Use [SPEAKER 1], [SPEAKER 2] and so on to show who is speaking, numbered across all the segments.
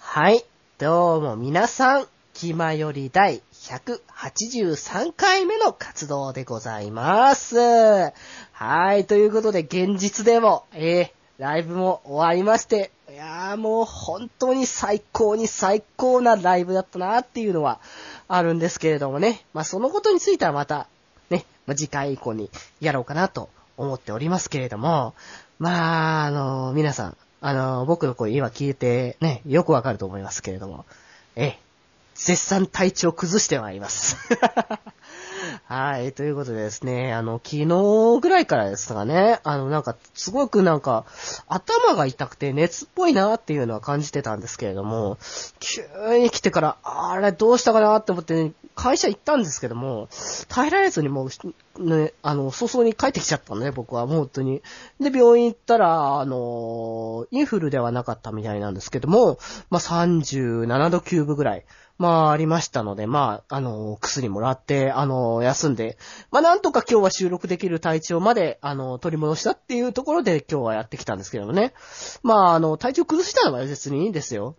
[SPEAKER 1] はい。どうも皆さん、気まより第183回目の活動でございます。はい。ということで、現実でも、えー、ライブも終わりまして、いやーもう本当に最高に最高なライブだったなっていうのはあるんですけれどもね。まあ、そのことについてはまた、ね、まあ次回以降にやろうかなと思っておりますけれども、まあ、あの、皆さん、あの、僕の声今聞いてね、よくわかると思いますけれども、ええ、絶賛体調崩してまいります。はい、ということでですね、あの、昨日ぐらいからですかね、あの、なんか、すごくなんか、頭が痛くて熱っぽいなっていうのは感じてたんですけれども、急に来てから、あれどうしたかなって思ってね、会社行ったんですけども、耐えられずにもう、ね、あの、早々に帰ってきちゃったのね、僕は、もう本当に。で、病院行ったら、あの、インフルではなかったみたいなんですけども、まあ、37度9分ぐらい、まあ、ありましたので、まあ、あの、薬もらって、あの、休んで、まあ、なんとか今日は収録できる体調まで、あの、取り戻したっていうところで今日はやってきたんですけどもね。まあ、あの、体調崩したのは別にいいんですよ。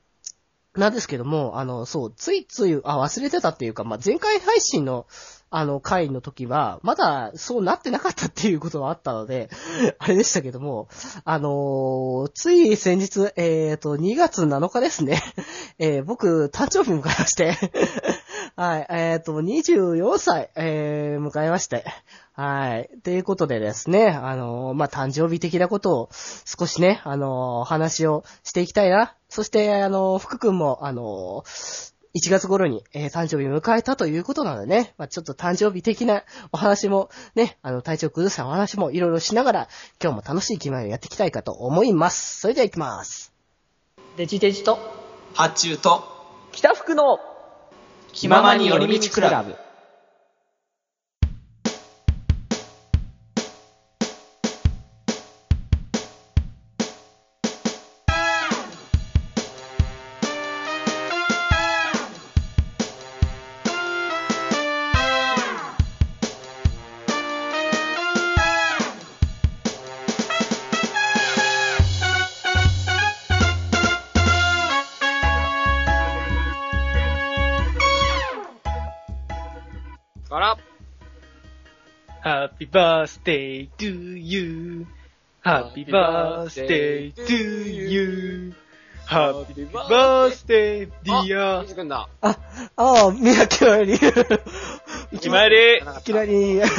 [SPEAKER 1] なんですけども、あの、そう、ついつい、あ、忘れてたっていうか、まあ、前回配信の、あの、回の時は、まだそうなってなかったっていうことはあったので、あれでしたけども、あのーつい先日、えっ、と、2月7日ですね、 えー僕、誕生日迎えまして、 はい、えっ、と、24歳、えー迎えまして、はい。ということでですね、あのーまあ、誕生日的なことを少しね、あのー話をしていきたいな。そして、あのー福くんも、あのー1月頃に、えー誕生日迎えたということなのでね、まあ、ちょっと誕生日的なお話も、ね、あの、体調崩したお話もいろいろしながら、今日も楽しい気前をやっていきたいかと思います。それでは行きます。
[SPEAKER 2] デジデジと
[SPEAKER 3] 発注と
[SPEAKER 2] 北福の
[SPEAKER 3] 気ままに寄り道クラブ
[SPEAKER 2] から
[SPEAKER 4] ハッピーバースデー to you. ハッピーバースデー to you. ハッピーバースデーディア。
[SPEAKER 2] 西君だ
[SPEAKER 1] あ、ああ、みなきより。い
[SPEAKER 4] 決まり
[SPEAKER 2] い
[SPEAKER 1] きなり、いきなり、
[SPEAKER 2] 頑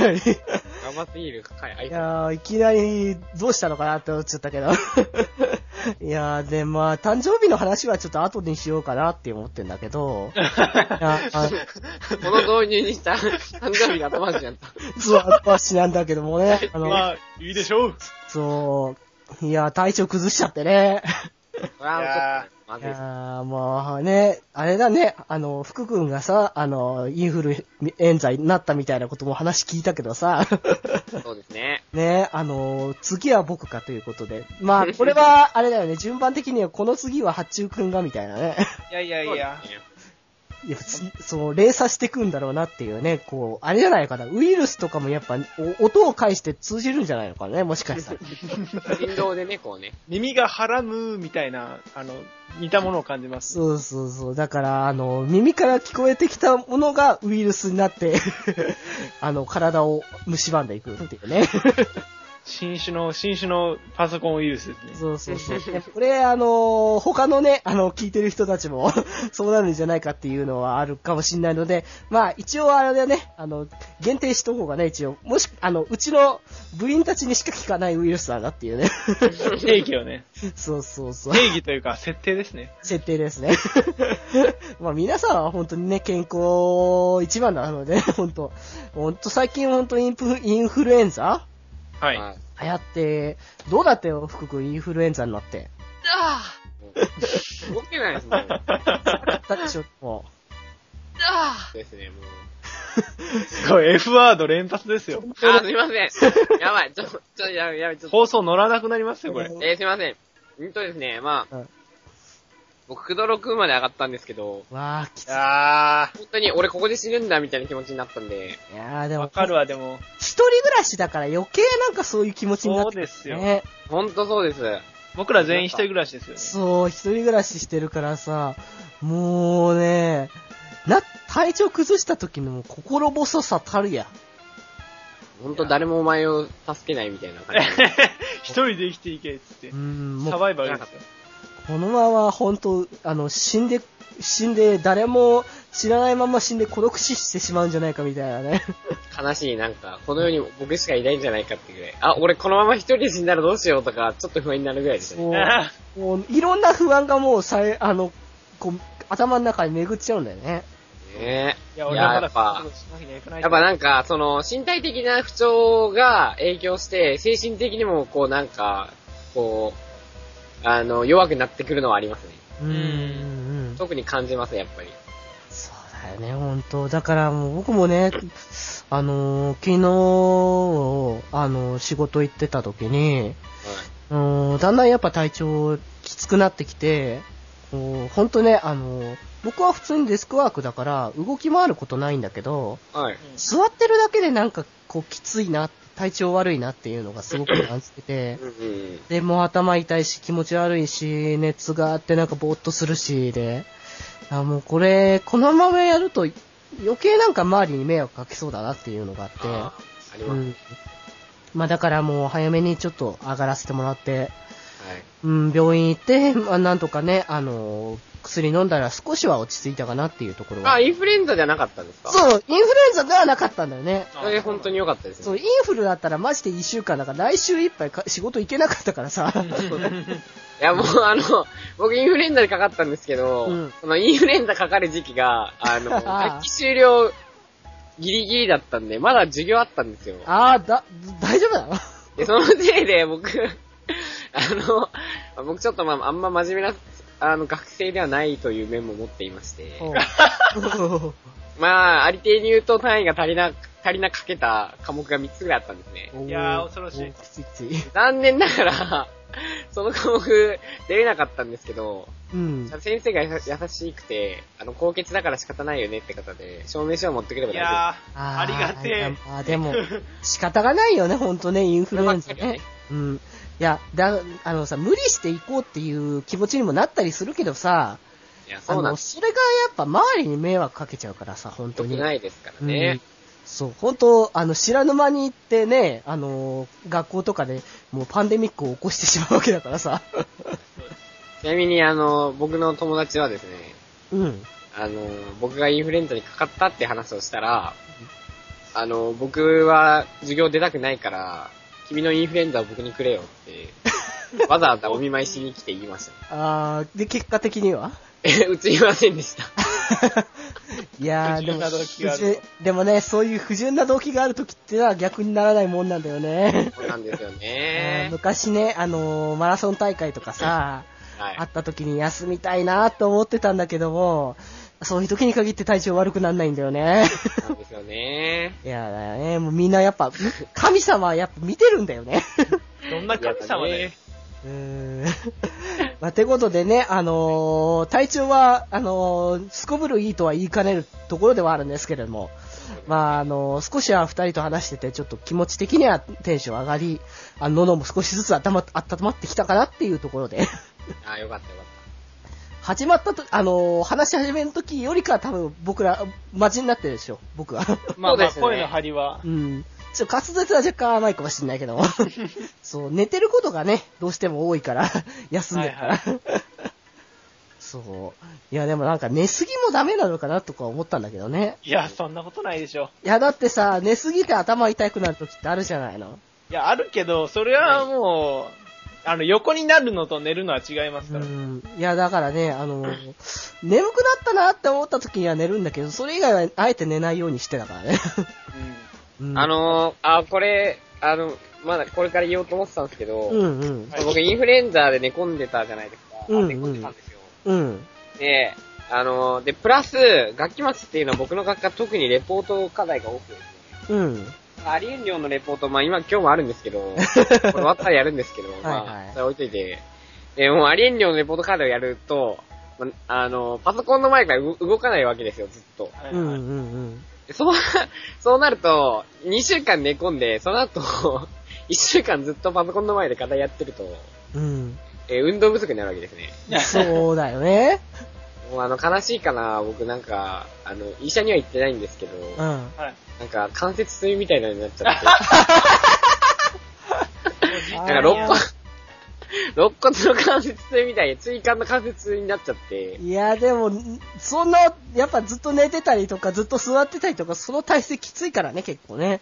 [SPEAKER 2] 張っているかいあ
[SPEAKER 1] い
[SPEAKER 2] い
[SPEAKER 1] やーいきなり、どうしたのかなって思っちゃったけど。いやーで、まあ、誕生日の話はちょっと後にしようかなって思ってんだけど。いやあ
[SPEAKER 2] この導入にした誕生日が後回しやった
[SPEAKER 1] そう、後足なんだけどもね。あの、
[SPEAKER 4] まあ、いいでしょう。
[SPEAKER 1] そう、いやー体調崩しちゃってね。
[SPEAKER 2] これはちょっとま
[SPEAKER 1] い
[SPEAKER 2] ず
[SPEAKER 1] や
[SPEAKER 2] いです
[SPEAKER 1] ーもうね、あれだね、あの、福君がさ、あの、インフルエンザになったみたいなことも話聞いたけど さ、
[SPEAKER 2] そうですね
[SPEAKER 1] ね、あの、次は僕かということで。まあ、 これは、あれだよね、順番的にはこの次は八中君がみたいな ね。
[SPEAKER 4] いやいや
[SPEAKER 2] そうですね
[SPEAKER 1] いや、つそう、連鎖してくんだろうなっていうね、こう、あれじゃないかな、ウイルスとかもやっぱ、お音を介して通じるんじゃないのかね、もしかしたら。
[SPEAKER 2] 振動でねこうね
[SPEAKER 4] 耳がはらむみたいな、あの、似たものを感じます。
[SPEAKER 1] そうそうそう。だから、あの、耳から聞こえてきたものがウイルスになって、 あの、体を蝕んでいくっていうね。
[SPEAKER 4] 新種の、新種のパソコンウイルスですね。
[SPEAKER 1] そうそうそう。これ、あの、他のね、あの、聞いてる人たちも、 そうなるんじゃないかっていうのはあるかもしれないので、まあ、一応あれだね、あの、限定しとこうがね、一応。もし、あの、うちの部員たちにしか聞かないウイルスなんだっていうね。
[SPEAKER 4] 定義をね。
[SPEAKER 1] そうそうそう。
[SPEAKER 4] 定義というか、設定ですね。
[SPEAKER 1] 設定ですね。 まあ皆さんは本当にね、健康一番なので、 本当本当最近本当インフインフルエンザ
[SPEAKER 4] はい。
[SPEAKER 2] はい
[SPEAKER 1] 流行って、どうだったよ、福君インフルエンザになって。
[SPEAKER 2] もう動けないですもん
[SPEAKER 1] だってちょっと も
[SPEAKER 2] ですねもう
[SPEAKER 4] すごい、F ワード連発ですよ。
[SPEAKER 2] あーすいませんやばいちょちょっとやばいやばいちょっと
[SPEAKER 4] 放送乗らなくなりますよ、これ。
[SPEAKER 2] えーすいませんうんとですねま
[SPEAKER 1] う
[SPEAKER 2] あ
[SPEAKER 1] ん
[SPEAKER 2] 僕クドロ君まで上がったんですけど
[SPEAKER 1] う、わあ、きつい。
[SPEAKER 4] あ
[SPEAKER 2] 本当に俺ここで死ぬんだみたいな気持ちになったんで、
[SPEAKER 1] いやーで
[SPEAKER 4] ー。
[SPEAKER 1] も、
[SPEAKER 4] わかるわ、でも。
[SPEAKER 1] 一人暮らしだから余計なんかそういう気持ちになってくる
[SPEAKER 4] そうですよ
[SPEAKER 1] ね。
[SPEAKER 2] ほんとそうです。
[SPEAKER 4] 僕ら全員一人暮らしですよね。
[SPEAKER 1] そう、一人暮らししてるからさ、もうね、な、体調崩した時のもう心細さたるや。
[SPEAKER 2] ほんと誰もお前を助けないみたいな感じ。
[SPEAKER 4] 一人で生きていけっつって
[SPEAKER 1] う。ん、も
[SPEAKER 4] サ
[SPEAKER 1] う、
[SPEAKER 4] バイバルですよ。
[SPEAKER 1] このまま本当あの、死んで、死んで、誰も知らないまま死んで孤独死してしまうんじゃないかみたいなね。
[SPEAKER 2] 悲しい、なんか、この世に僕しかいないんじゃないかってぐらい。あ、俺このまま一人で死んだらどうしようとか、ちょっと不安になるぐらいでしたね。
[SPEAKER 1] もう、もういろんな不安がもうさえ、あの、こう、頭の中に巡っちゃうんだよね。
[SPEAKER 2] ね
[SPEAKER 4] いや、
[SPEAKER 2] い
[SPEAKER 4] 俺
[SPEAKER 2] や
[SPEAKER 4] はま
[SPEAKER 2] や
[SPEAKER 4] だ
[SPEAKER 2] っぱ
[SPEAKER 4] そういうことしなきゃいけない
[SPEAKER 2] え。やっぱなんか、その、身体的な不調が影響して、精神的にもこうなんか、こう、あの、弱くなってくるのはありますね。
[SPEAKER 1] うーん。
[SPEAKER 2] 特に感じますね、やっぱり。
[SPEAKER 1] そうだよね、本当だからもう僕もね、あのー昨日、あのー仕事行ってた時に、うーんだんだんやっぱ体調きつくなってきて、こう本当ね、あのー僕は普通にデスクワークだから動き回ることないんだけど、
[SPEAKER 2] はい。はい。
[SPEAKER 1] 座ってるだけでなんかこうきついな、体調悪いなっていうのがすごく感じてて、
[SPEAKER 2] うんうん。
[SPEAKER 1] で、もう頭痛いし、気持ち悪いし、熱があってなんかぼーっとするし、で、あもうこれ、このままやると余計なんか周りに迷惑かけそうだなっていうのがあ
[SPEAKER 2] あ
[SPEAKER 1] っ
[SPEAKER 2] ーあり
[SPEAKER 1] て、
[SPEAKER 2] ま
[SPEAKER 1] う
[SPEAKER 2] す。
[SPEAKER 1] ん。まあだからもう早めにちょっと上がらせてもらって、
[SPEAKER 2] はい。
[SPEAKER 1] うん、病院行って、 まあなんとかね、あの、薬飲んだら少しは落ち着いたかなっていうところ
[SPEAKER 2] あ、
[SPEAKER 1] は。
[SPEAKER 2] インフルエンザじゃなかったんですかう。
[SPEAKER 1] そう、インフルエンザではなかったんだよね。
[SPEAKER 2] それ本当に良かったです
[SPEAKER 1] そう、
[SPEAKER 2] ね。
[SPEAKER 1] インフルだったらマジで1週間だから来週いっぱいか仕事行けなかったからさ。
[SPEAKER 2] いや、もうあの、僕インフルエンザでかかったんですけど、
[SPEAKER 1] うん
[SPEAKER 2] そのインフルエンザかかる時期が、あの、学期終了ギリギリだったんで、まだ授業あったんですよ。
[SPEAKER 1] ああ、だ、大丈夫だ よ。
[SPEAKER 2] で、そのせいで僕、 あの、僕ちょっとまあ、あんま真面目な、あの、学生ではないという面も持っていまして、まあ、ありていに言うと単位が足りな、足りなかけた科目が3つぐらいあったんですね。
[SPEAKER 1] お
[SPEAKER 4] いやー恐ろしい
[SPEAKER 1] おきついきつい。
[SPEAKER 2] 残念ながら、その科目出れなかったんですけど、
[SPEAKER 1] うん。
[SPEAKER 2] 先生がやさ優しくて、あの、高血だから仕方ないよねって方で、証明書を持ってくれば
[SPEAKER 4] い
[SPEAKER 2] 大丈
[SPEAKER 4] や ー、ありがてえ。
[SPEAKER 1] あーでも、仕方がないよね、ほんとね、インフルエンザ
[SPEAKER 2] そればっ
[SPEAKER 1] ね
[SPEAKER 2] か。
[SPEAKER 1] うん。いや、だ、あのさ、無理していこうっていう気持ちにもなったりするけどさ、
[SPEAKER 2] 夫。いや、
[SPEAKER 1] あ
[SPEAKER 2] そうなん
[SPEAKER 1] の、
[SPEAKER 2] です。
[SPEAKER 1] それがやっぱ周りに迷惑かけちゃうからさ、本当
[SPEAKER 2] 良く
[SPEAKER 1] に。
[SPEAKER 2] ないですから
[SPEAKER 1] うん
[SPEAKER 2] ね。
[SPEAKER 1] そう、本当あの、知らぬ間に行ってね、あの、学校とかでもうパンデミックを起こしてしまうわけだからさ。
[SPEAKER 2] ちなみに、あの、僕の友達はですね、
[SPEAKER 1] うん。
[SPEAKER 2] あの、僕がインフルエンザにかかったって話をしたら、あの、僕は授業出たくないから、君のインフルエンザを僕にくれよ って、わざわざお見舞いしに来て言いました。
[SPEAKER 1] あーで、結果的には
[SPEAKER 2] え、映りませんでした。
[SPEAKER 1] いやー、
[SPEAKER 4] 不
[SPEAKER 1] で
[SPEAKER 4] 純
[SPEAKER 1] も、
[SPEAKER 4] な動機がある
[SPEAKER 1] 不純でもね、そういう不純な動機があるときってのは逆にならないもんなんだよね。
[SPEAKER 2] そうなんですよ
[SPEAKER 1] あー
[SPEAKER 2] ね。
[SPEAKER 1] 昔ね、あのーマラソン大会とかさ、
[SPEAKER 2] は
[SPEAKER 1] あ
[SPEAKER 2] い。
[SPEAKER 1] った時に休みたいなと思ってたんだけども、そういう時に限って体調悪くなんないんだよね。
[SPEAKER 2] そうなんですよね。
[SPEAKER 1] いやーだよね、もうみんなやっぱ、神様はやっぱ見てるんだよね。
[SPEAKER 4] どんな神様ね。
[SPEAKER 1] うーん。 まあ、てことでね、あのー体調は、あのーすこぶるいいとは言いかねるところではあるんですけれども、まあ、あのー少しは二人と話してて、ちょっと気持ち的にはテンション上がり、あの喉も少しずつ温ま温まってきたかなっていうところで、
[SPEAKER 2] あー、よかったよかっ
[SPEAKER 1] 始まったと、あのー話し始めの時よりかは多分僕ら、マジになってるでしょ、僕は。
[SPEAKER 4] まあまあ、
[SPEAKER 2] そうですね
[SPEAKER 4] 声の張りは。
[SPEAKER 1] うん。ちょっと滑舌は若干甘いかもしれないけど も。そう、寝てることがね、どうしても多いから、 休んでるから。
[SPEAKER 4] はいは
[SPEAKER 1] そう。いや、でもなんか寝すぎもダメなのかなとか思ったんだけどね。
[SPEAKER 4] いや、そんなことないでしょ。
[SPEAKER 1] いや、だってさ、寝すぎて頭痛くなる時ってあるじゃないの。
[SPEAKER 4] いや、あるけど、それはもう、あの、横になるのと寝るのは違います
[SPEAKER 1] う
[SPEAKER 4] から。
[SPEAKER 1] ん。いや、だからね、あの、眠くなったなって思った時には寝るんだけど、それ以外はあえて寝ないようにしてたからね。うん
[SPEAKER 2] た。あ、のー、あー、これ、あの、まだこれから言おうと思ってたんですけど、
[SPEAKER 1] うんうん。
[SPEAKER 2] 僕インフルエンザで寝込んでたじゃないですか。
[SPEAKER 1] うんうん
[SPEAKER 2] 寝込んでたんですよ。
[SPEAKER 1] うん。
[SPEAKER 2] で、あの、で、プラス、学期末っていうのは僕の学科特にレポート課題が多くてですね。
[SPEAKER 1] うん。
[SPEAKER 2] ありえん量のレポート、まあ今、今日もあるんですけど、 これ終わったらやるんですけど、
[SPEAKER 1] はいは
[SPEAKER 2] ま
[SPEAKER 1] い
[SPEAKER 2] あ、それ置いといて。で、もうありえん量のレポート課題をやると、まああの、パソコンの前から動動かないわけですよ、ずっと。
[SPEAKER 4] はい
[SPEAKER 1] うんう
[SPEAKER 4] はい
[SPEAKER 1] んうん。
[SPEAKER 2] でそう、そうなると、2週間寝込んで、その後、1週間ずっとパソコンの前で課題やってると、
[SPEAKER 1] うん。
[SPEAKER 2] えー運動不足になるわけですね。
[SPEAKER 1] そうだよね。
[SPEAKER 2] もうあの、悲しいかな、僕なんか、あの、医者には行ってないんですけど、
[SPEAKER 1] う。
[SPEAKER 2] なん
[SPEAKER 4] はい。
[SPEAKER 2] んか関節痛みたいなのになっちゃって、
[SPEAKER 1] な
[SPEAKER 2] なんか肋 骨、肋骨の関節痛みたいに、椎間の関節痛になっちゃって、
[SPEAKER 1] いや、でも、そんな、やっぱずっと寝てたりとか、ずっと座ってたりとか、その体勢きついからね、結構ね。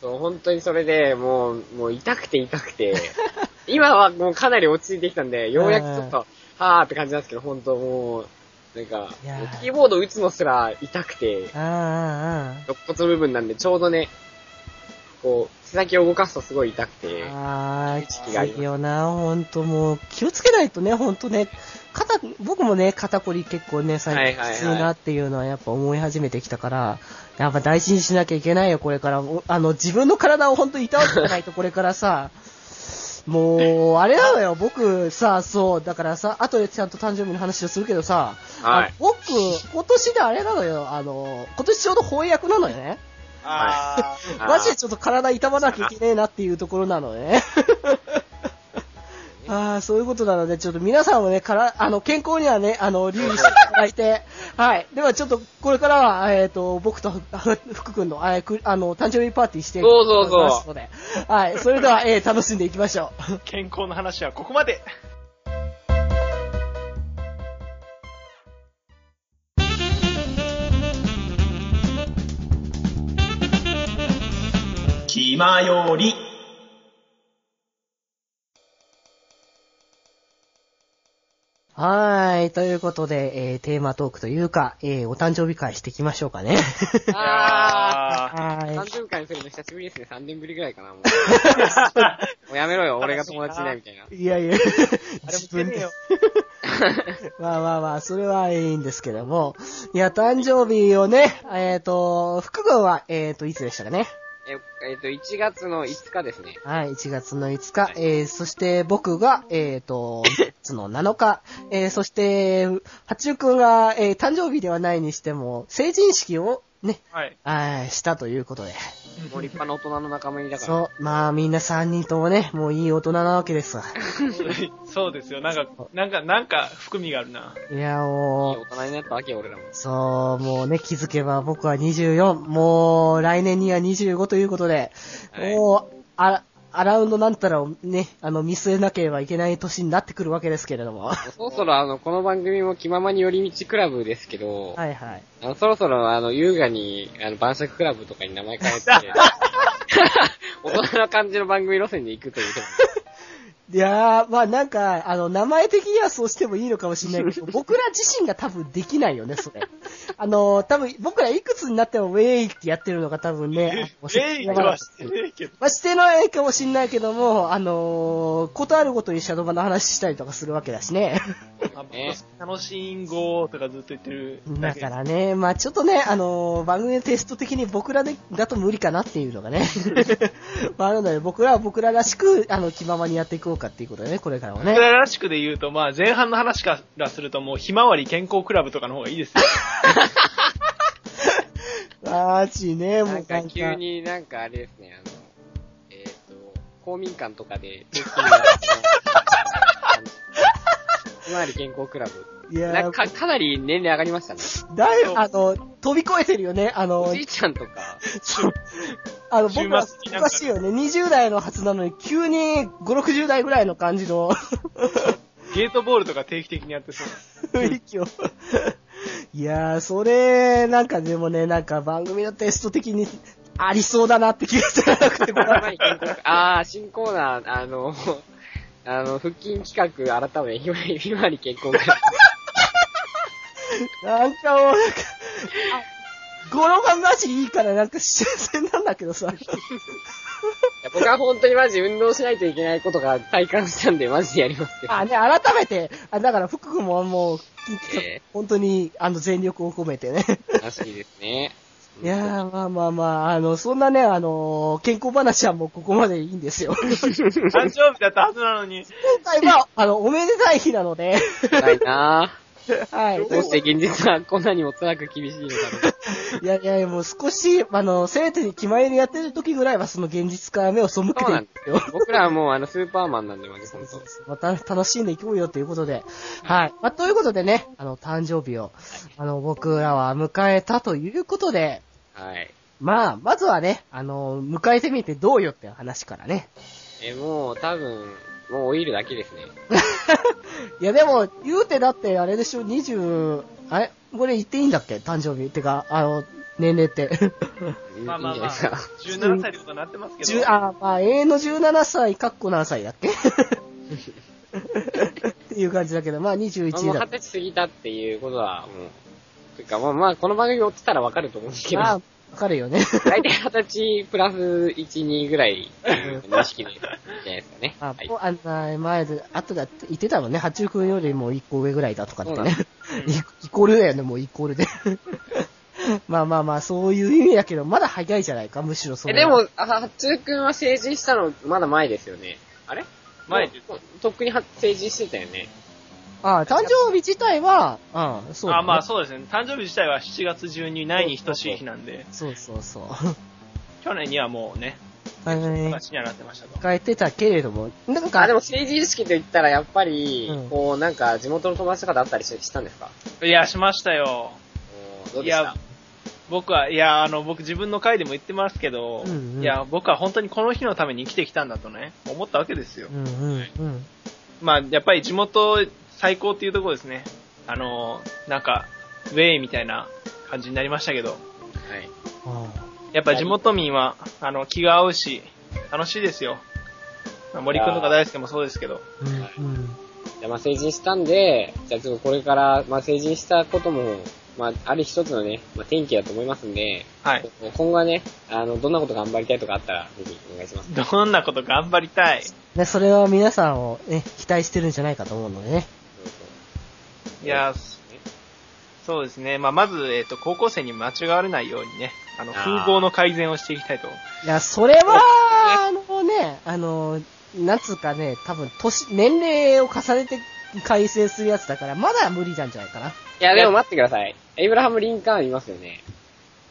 [SPEAKER 2] そう、本当にそれでもう、もう痛くて痛くて、 今はもうかなり落ち着いてきたんで、ようやくちょっと、はーって感じなんですけど、本当もう、なんか
[SPEAKER 1] いや、ー
[SPEAKER 2] キーボード打つのすら痛くて、
[SPEAKER 1] ああ、
[SPEAKER 2] 肋骨の部分なんで、ちょうどね、こう、手先を動かすとすごい痛くて、
[SPEAKER 1] ああ、あーき
[SPEAKER 2] 意識がありま
[SPEAKER 1] つ
[SPEAKER 2] す
[SPEAKER 1] いよな、ほんともう、気をつけないとね、ほんとね、肩、僕もね、肩こり結構ね、最近
[SPEAKER 2] はいはいはい
[SPEAKER 1] きついなっていうのはやっぱ思い始めてきたから、やっぱ大事にしなきゃいけないよ、これから。おあの、自分の体をほんといたわってないと、これからさ、もう、あれなのよ、僕、さ、そう、だからさ、後でちゃんと誕生日の話をするけどさ、
[SPEAKER 2] は
[SPEAKER 1] あ
[SPEAKER 2] い。
[SPEAKER 1] 僕、今年であれなのよ、あの、今年ちょうど翻訳なのよね。
[SPEAKER 4] あ
[SPEAKER 2] あー
[SPEAKER 1] マジでちょっと体痛まなきゃいけねえなっていうところなのね。ああ、そういうことなので、ちょっと皆さんもね、から、 あの、健康にはね、あの、留意していただいて、 はい。では、ちょっと、これからは、えっ、と、僕とふ、 福君の、あーくあの、誕生日パーティーしてい
[SPEAKER 2] そうそうそう
[SPEAKER 1] ますので、はい。それでは、えー楽しんでいきましょう。
[SPEAKER 4] ー健康の話はここまで。
[SPEAKER 3] 気まより。
[SPEAKER 1] はい。ということで、えーテーマトークというか、えーお誕生日会していきましょうかね。
[SPEAKER 2] あ
[SPEAKER 4] あー
[SPEAKER 1] は
[SPEAKER 2] ー、
[SPEAKER 1] い。
[SPEAKER 2] 30回にするの久しぶりですね。3年ぶりぐらいかな、 もう。もうやめろよ、俺が友達いないみたいな。
[SPEAKER 1] いやいや、
[SPEAKER 4] あれもしてねえよ。
[SPEAKER 1] まあまあまあ、それはいいんですけども。いや、誕生日をね、えっ、と、福君は、えっ、と、いつでしたかね。
[SPEAKER 2] え、えっ、と、1月の5日ですね。
[SPEAKER 1] はい、1月の5日。えー、そして僕が、えっ、と、1月の7日。えー、そして、八中君が、えー、誕生日ではないにしても、成人式を、ね、
[SPEAKER 4] はい。
[SPEAKER 1] あーしたということで。
[SPEAKER 2] もう立派な大人の仲間入りだから。
[SPEAKER 1] そう、まあみんな3人ともね、もういい大人なわけですわ。
[SPEAKER 4] そうですよ。なんか、なんか、なんか含みがあるな。
[SPEAKER 1] いや、
[SPEAKER 2] い
[SPEAKER 1] もう
[SPEAKER 2] い、大人になったわけよ、俺らも。
[SPEAKER 1] そう、もうね、気づけば僕は24、もう来年には25ということで、
[SPEAKER 2] はい
[SPEAKER 1] もう、あら、アラウンドなんたらをね、あの、見据えなければいけない年になってくるわけですけれども。は
[SPEAKER 2] そろそろあの、この番組も気ままに寄り道クラブですけど、
[SPEAKER 1] いはい。
[SPEAKER 2] あのそろそろあの、優雅に、あの、晩酌クラブとかに名前変えて、 大人な感じの番組路線で行くというとこ
[SPEAKER 1] いやー、まあなんか、あの、名前的にはそうしてもいいのかもしれないけど、僕ら自身が多分できないよね、それ。あの、多分僕らいくつになってもウェイってやってるのが多分ね、あの
[SPEAKER 4] レイとはしてねえけど。
[SPEAKER 1] まあ、してないかもしんないけども、あのー、ことあるごとにシャドバの話したりとかするわけだしね。
[SPEAKER 4] あ
[SPEAKER 2] ね
[SPEAKER 4] 楽しんごーとかずっと言ってる
[SPEAKER 1] だか
[SPEAKER 4] け
[SPEAKER 1] らね、まあちょっとね、あのー番組のテスト的に僕らで、だと無理かなっていうの がね。まああるので、僕らは僕ららしく、あの、気ままにやっていこうかっていうことだね、これからも
[SPEAKER 4] 僕
[SPEAKER 1] ね。
[SPEAKER 4] ららしくで言うと、まあ、前半の話からすると、もう、ひまわり健康クラブとかの方がいいですよ。
[SPEAKER 1] マジね、もう
[SPEAKER 2] なんか急になんかあれですね、あの、えっ、と、公民館とかで、定期的にあのあのひまわり健康クラブ。
[SPEAKER 1] いや
[SPEAKER 2] なん
[SPEAKER 1] ー、
[SPEAKER 2] かかなり年齢上がりましたね。
[SPEAKER 1] だいぶ、あの、飛び越えてるよね、あの
[SPEAKER 2] おじ、いちゃんとか、
[SPEAKER 1] あの、僕は
[SPEAKER 4] 週末になん
[SPEAKER 1] お
[SPEAKER 4] か
[SPEAKER 1] かしいよね、20代のはずなのに、急に5、60代ぐらいの感じ の。
[SPEAKER 4] ゲートボールとか定期的にやってそう。
[SPEAKER 1] 雰囲気を。いやー、それ、なんかでもね、なんか番組のテスト的にありそうだなって気がしてなくてごめん
[SPEAKER 2] ひまわり健康あー、新コーナー、あの、 あの、腹筋企画、改め、ひまわりひまわり健康 クラ
[SPEAKER 1] なんかもう、なんか、語呂がマジいいから、なんか新鮮なんだけどさ。
[SPEAKER 2] ブ。いや僕は本当にマジ運動しないといけないことが体感したんで、マジでやりますよ。
[SPEAKER 1] あ、ね、改めて、あだから福君ももう、
[SPEAKER 2] ええ
[SPEAKER 1] 本当に、あの、全力を込めてね。
[SPEAKER 2] らしいですね。
[SPEAKER 1] いやー、まあまあまあ、あの、そんなね、あの、健康話はもうここまでいいんです よ。
[SPEAKER 4] 誕生日だったはずなの
[SPEAKER 1] 今
[SPEAKER 4] に。
[SPEAKER 1] 回は、あの、おめでたい日なので、
[SPEAKER 2] ないなぁ。
[SPEAKER 1] はい。
[SPEAKER 2] どうして現実はこんなにもつなく厳しいのだろう。
[SPEAKER 1] いやいやいや、もう少し、あの、せめてに気前でやってる時ぐらいはその現実から目を背けて
[SPEAKER 2] そう
[SPEAKER 1] い
[SPEAKER 2] な
[SPEAKER 1] っ
[SPEAKER 2] ん
[SPEAKER 1] てよ。
[SPEAKER 2] 僕らはもうあの、スーパーマンなんで、マジ本当。
[SPEAKER 1] また楽しんでいこうよということで。はい。まあ、ということでね、あの、誕生日を、あの、僕らは迎えたということで、
[SPEAKER 2] はい。
[SPEAKER 1] まあ、まずはね、あの、迎えてみてどうよっていう話からね。
[SPEAKER 2] え、もう、多分、もうオイルだけですね。
[SPEAKER 1] いや、でも、言うてだって、あれでしょ、20、あれこれ言っていいんだっけ誕生日。てか、あの、年齢って。
[SPEAKER 2] うん
[SPEAKER 4] まあまあ
[SPEAKER 2] いい
[SPEAKER 4] ま
[SPEAKER 2] ん
[SPEAKER 4] あ、
[SPEAKER 2] じゃないですか。
[SPEAKER 4] 17歳ってことになってますけど。
[SPEAKER 1] 十あ、まあ、永遠の17歳、かっこ何歳だっ けっていう感じだけど、まあ21
[SPEAKER 2] まあ
[SPEAKER 1] 位
[SPEAKER 2] もう
[SPEAKER 1] だ
[SPEAKER 2] 二。十歳過ぎたっていうことは、もう、というか、まあまあ、この番組追ってたらわかると思うんですけど、
[SPEAKER 1] まあ、
[SPEAKER 2] 大
[SPEAKER 1] わかるよ ね。
[SPEAKER 2] 体二十歳プラス1、2ぐらい、認識で、じゃないですかね。
[SPEAKER 1] あ、
[SPEAKER 2] はい
[SPEAKER 1] もうあんな前で、後だって言ってたもんね。八中君よりも1個上ぐらいだとかってね。 イイコールだよね、もうイコールで。 まあまあまあ、そういう意味だけど、まだ早いじゃないか、むしろそう。
[SPEAKER 2] え、で、も、あはっつーくんは成人したの、まだ前ですよね。あれ
[SPEAKER 4] 前
[SPEAKER 2] もうもうとっくには成人してたよね。
[SPEAKER 1] あ誕生日自体は、うん、そうだ、ね。
[SPEAKER 4] あ、まあそうですね。誕生日自体は7月12日ないに等しい日なんで、
[SPEAKER 1] そうそう そう。
[SPEAKER 4] 去年にはもうね、
[SPEAKER 1] 大変
[SPEAKER 4] 形にはなってましたと。
[SPEAKER 1] 変えてたけれども、なんか、
[SPEAKER 2] あ、でも成人式と言ったら、やっぱり、
[SPEAKER 1] うん
[SPEAKER 2] こう、なんか、地元の友達とかだったりししたんですか
[SPEAKER 4] いや、しましたよ。
[SPEAKER 2] おーどう
[SPEAKER 4] い
[SPEAKER 2] でした
[SPEAKER 4] や、僕は、いや、あの、僕自分の回でも言ってますけど、
[SPEAKER 1] うんうん
[SPEAKER 4] いや、僕は本当にこの日のために生きてきたんだとね、思ったわけですよ
[SPEAKER 1] う。んうんうん。
[SPEAKER 4] まあ、やっぱり地元最高っていうところですね。あの、なんか、ウェイみたいな感じになりましたけど、
[SPEAKER 2] はい。
[SPEAKER 1] ああ
[SPEAKER 4] やっぱ地元民は、あの、気が合うし、楽しいですよ。まあ森くんとか大輔もそうですけど。
[SPEAKER 1] うんうん
[SPEAKER 2] じゃあまあ成人したんで、じゃあちょっとこれから、まあ成人したことも、まあある一つのね、まあ天気だと思いますんで、
[SPEAKER 4] はい。
[SPEAKER 2] 今後はね、あの、どんなこと頑張りたいとかあったら、ぜひお願いします。
[SPEAKER 4] どんなこと頑張りたい。
[SPEAKER 1] ね、それは皆さんをね、期待してるんじゃないかと思うのでね。
[SPEAKER 4] いや、そそうですね。まあ、まず、えっ、と、高校生に間違われないようにね、あの、
[SPEAKER 2] あー
[SPEAKER 4] 風貌の改善をしていきたいと。
[SPEAKER 1] いや、それは、あのね、あの、なんつうかね、多分、年、年齢を重ねて改正するやつだから、まだ無理なんじゃないかな。
[SPEAKER 2] いや、でも待ってください。エイブラハム・リンカーンいますよね。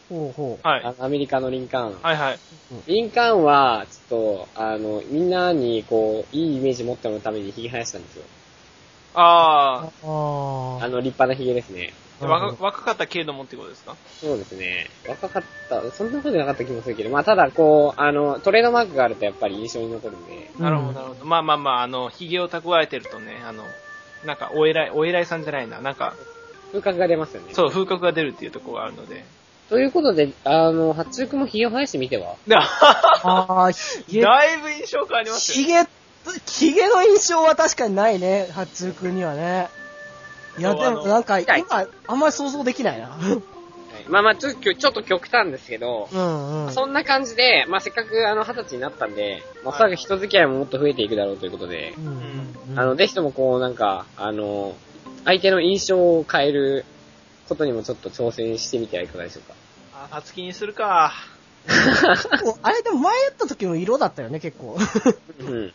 [SPEAKER 1] ほうほう。
[SPEAKER 4] はい。
[SPEAKER 2] あのアメリカのリンカーン。
[SPEAKER 4] はいはい。
[SPEAKER 2] リンカーンは、ちょっと、あの、みんなに、こう、いいイメージ持ってもらうためにヒゲ生やしたんですよ。
[SPEAKER 4] あ
[SPEAKER 1] あ
[SPEAKER 2] あの、立派なヒゲですね。
[SPEAKER 4] あ、若若かったけれどもってことですか
[SPEAKER 2] そうですね。若かった、そんなことなかった気もするけど、まあ、ただ、こう、あの、トレードマークがあるとやっぱり印象に残るんで。
[SPEAKER 1] うん
[SPEAKER 4] なるほど、なるほど。まあまあまあ、あの、髭を蓄えてるとね、あの、なんか、お偉い、お偉いさんじゃないな。なんか、
[SPEAKER 2] 風格が出ますよね。
[SPEAKER 4] そう、風格が出るっていうところがあるので。
[SPEAKER 2] ということで、あの、八中君もひげを生やしてみては
[SPEAKER 4] で
[SPEAKER 1] あー、 ひげ、
[SPEAKER 4] だいぶ印象変わります
[SPEAKER 1] ひ
[SPEAKER 4] よ。
[SPEAKER 1] げ、ひげの印象は確かにないね、八中君にはね。いや、
[SPEAKER 4] そう
[SPEAKER 1] で
[SPEAKER 4] あ
[SPEAKER 1] も
[SPEAKER 4] の
[SPEAKER 1] なんか、
[SPEAKER 2] 痛
[SPEAKER 1] 今
[SPEAKER 2] い、
[SPEAKER 1] あんまり想像できない な。
[SPEAKER 2] まあまあ、ちょっときょ、ちょっと極端ですけど、
[SPEAKER 1] うんうん。
[SPEAKER 2] そんな感じで、まあ、せっかく、あの、二十歳になったんで、まあ、おそらく人付き合いももっと増えていくだろうということで
[SPEAKER 1] う、んうんうん
[SPEAKER 2] あの、ぜひともこう、なんか、あの、相手の印象を変えることにもちょっと挑戦してみてはいかがでしょうか。
[SPEAKER 4] あ、たつきにす るか。
[SPEAKER 1] おあれでも前やった時も色だったよね、結構。
[SPEAKER 2] うん。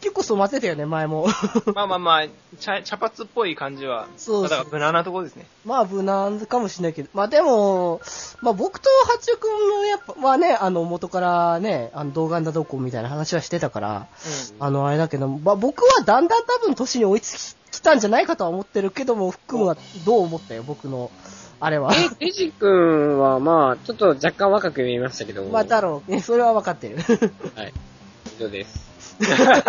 [SPEAKER 1] 結構染まってたよね、前も。
[SPEAKER 4] まあまあまあ、茶茶髪っぽい感じは、
[SPEAKER 1] そう
[SPEAKER 4] まあだから無難なところですね。
[SPEAKER 1] まあ、無難かもしれないけど。まあでも、まあ僕と八中くんもやっぱ、まあね、あの元からね、あの動画だどうこうみたいな話はしてたから、あのあれだけど、まあ僕はだんだん多分年に追いつきたんじゃないかとは思ってるけども、ふっくんはどう思ったよ、僕の、あれは。
[SPEAKER 2] え、デジ君は、まあ、ちょっと若干若く見えましたけども。
[SPEAKER 1] まあだろう、ね、それは分かってる。
[SPEAKER 2] はい。以上です。
[SPEAKER 1] まあで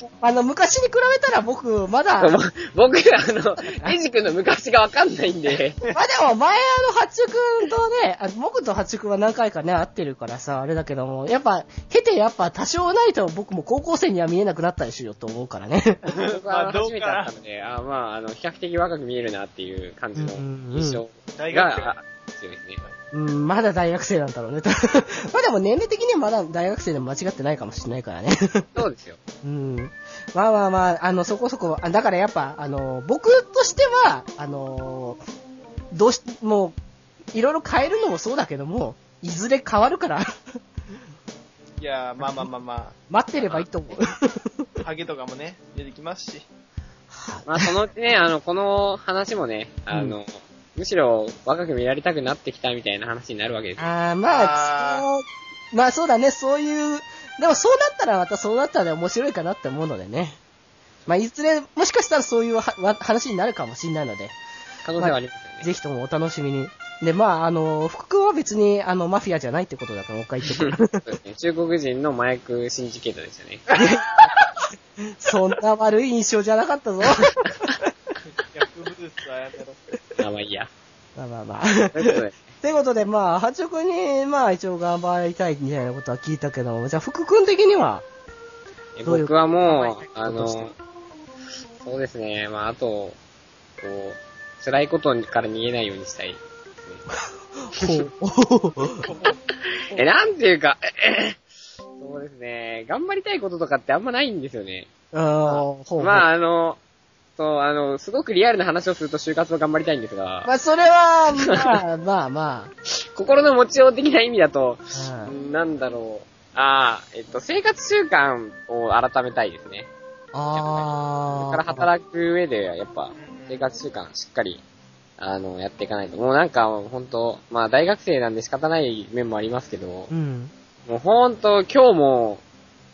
[SPEAKER 1] も、あの昔に比べたら僕、まだ、
[SPEAKER 2] もう僕、あの、デジ君の昔がわかんないんで。
[SPEAKER 1] まあでも前あの、八中くんとね、あ僕と八中くんは何回かね、会ってるからさ、あれだけども、やっぱ、経てやっぱ多少ないと僕も高校生には見えなくなったでしょと思うからね。
[SPEAKER 2] 僕はあ
[SPEAKER 4] ま
[SPEAKER 2] の
[SPEAKER 4] あどう
[SPEAKER 2] 初め
[SPEAKER 4] か
[SPEAKER 2] て会ったので、あまあ、あの、比較的若く見えるなっていう感じの
[SPEAKER 1] うんうん
[SPEAKER 2] 印象
[SPEAKER 4] 大学生
[SPEAKER 2] があ強いですね。
[SPEAKER 1] うん、まだ大学生なんだろうね。 まあでも年齢的にはまだ大学生でも間違ってないかもしれないからね。
[SPEAKER 2] そうですよ。
[SPEAKER 1] うん。まあまあまあ、あの、そこそこ、あだからやっぱ、あの、僕としては、あの、どうし、もう、いろいろ変えるのもそうだけども、いずれ変わるから、
[SPEAKER 4] いやー、まあまあまあま
[SPEAKER 1] 待ってればいいと思う。
[SPEAKER 4] あ、ハゲとかもね、出てきますし。
[SPEAKER 1] はあ
[SPEAKER 2] まあ、そのうちね、あの、この話もね、あの、むしろ若く見られたくなってきたみたいな話になるわけです。
[SPEAKER 1] あーまあ
[SPEAKER 4] あー
[SPEAKER 1] そう、まあそうだね、そういう、でもそうなったらまたそうなったらで面白いかなって思うのでね。まあいずれ、もしかしたらそういうはわ話になるかもしれないので、
[SPEAKER 2] 可能性はありますよね。
[SPEAKER 1] ぜひともお楽しみに。で、まあ、あの、福君は別に、あの、マフィアじゃないってことだから、もう一回言っと く。
[SPEAKER 2] そうですね中国人の麻薬シンジケートでしたね。
[SPEAKER 1] そんな悪い印象じゃなかったぞ。
[SPEAKER 4] 薬物はやめろ。
[SPEAKER 2] あ、まあいいや。
[SPEAKER 1] まあまあまあ。
[SPEAKER 2] ということで、
[SPEAKER 1] ということで、まあ、八億に、まあ、一応頑張りたいみたいなことは聞いたけども、じゃあ、福君的には、
[SPEAKER 2] え
[SPEAKER 1] どういう
[SPEAKER 2] 僕はもう、
[SPEAKER 1] はい
[SPEAKER 2] あ
[SPEAKER 1] どうして
[SPEAKER 2] の、そうですね、まああと、こう、辛いことから逃げないようにしたい。
[SPEAKER 1] ほう。
[SPEAKER 2] え、なんていうか、そうですね、頑張りたいこととかってあんまないんですよね。
[SPEAKER 1] あーほう。
[SPEAKER 2] まあ
[SPEAKER 1] あ、
[SPEAKER 2] あの、そう、あの、すごくリアルな話をすると就活を頑張りたいんです
[SPEAKER 1] ま
[SPEAKER 2] が、
[SPEAKER 1] あ、それは、まあ、まあま
[SPEAKER 2] 心の持ちよう的な意味だと、
[SPEAKER 1] あ。うん
[SPEAKER 2] なんだろう。ああ、えっと、生活習慣を改めたいですね。
[SPEAKER 1] あ
[SPEAKER 2] こ
[SPEAKER 1] あ。
[SPEAKER 2] れから働く上で、やっぱ、生活習慣しっかり、あの、やっていかないと。もうなんか、ほんと、まあ大学生なんで仕方ない面もありますけど、も
[SPEAKER 1] うん。
[SPEAKER 2] うほんと、今日も、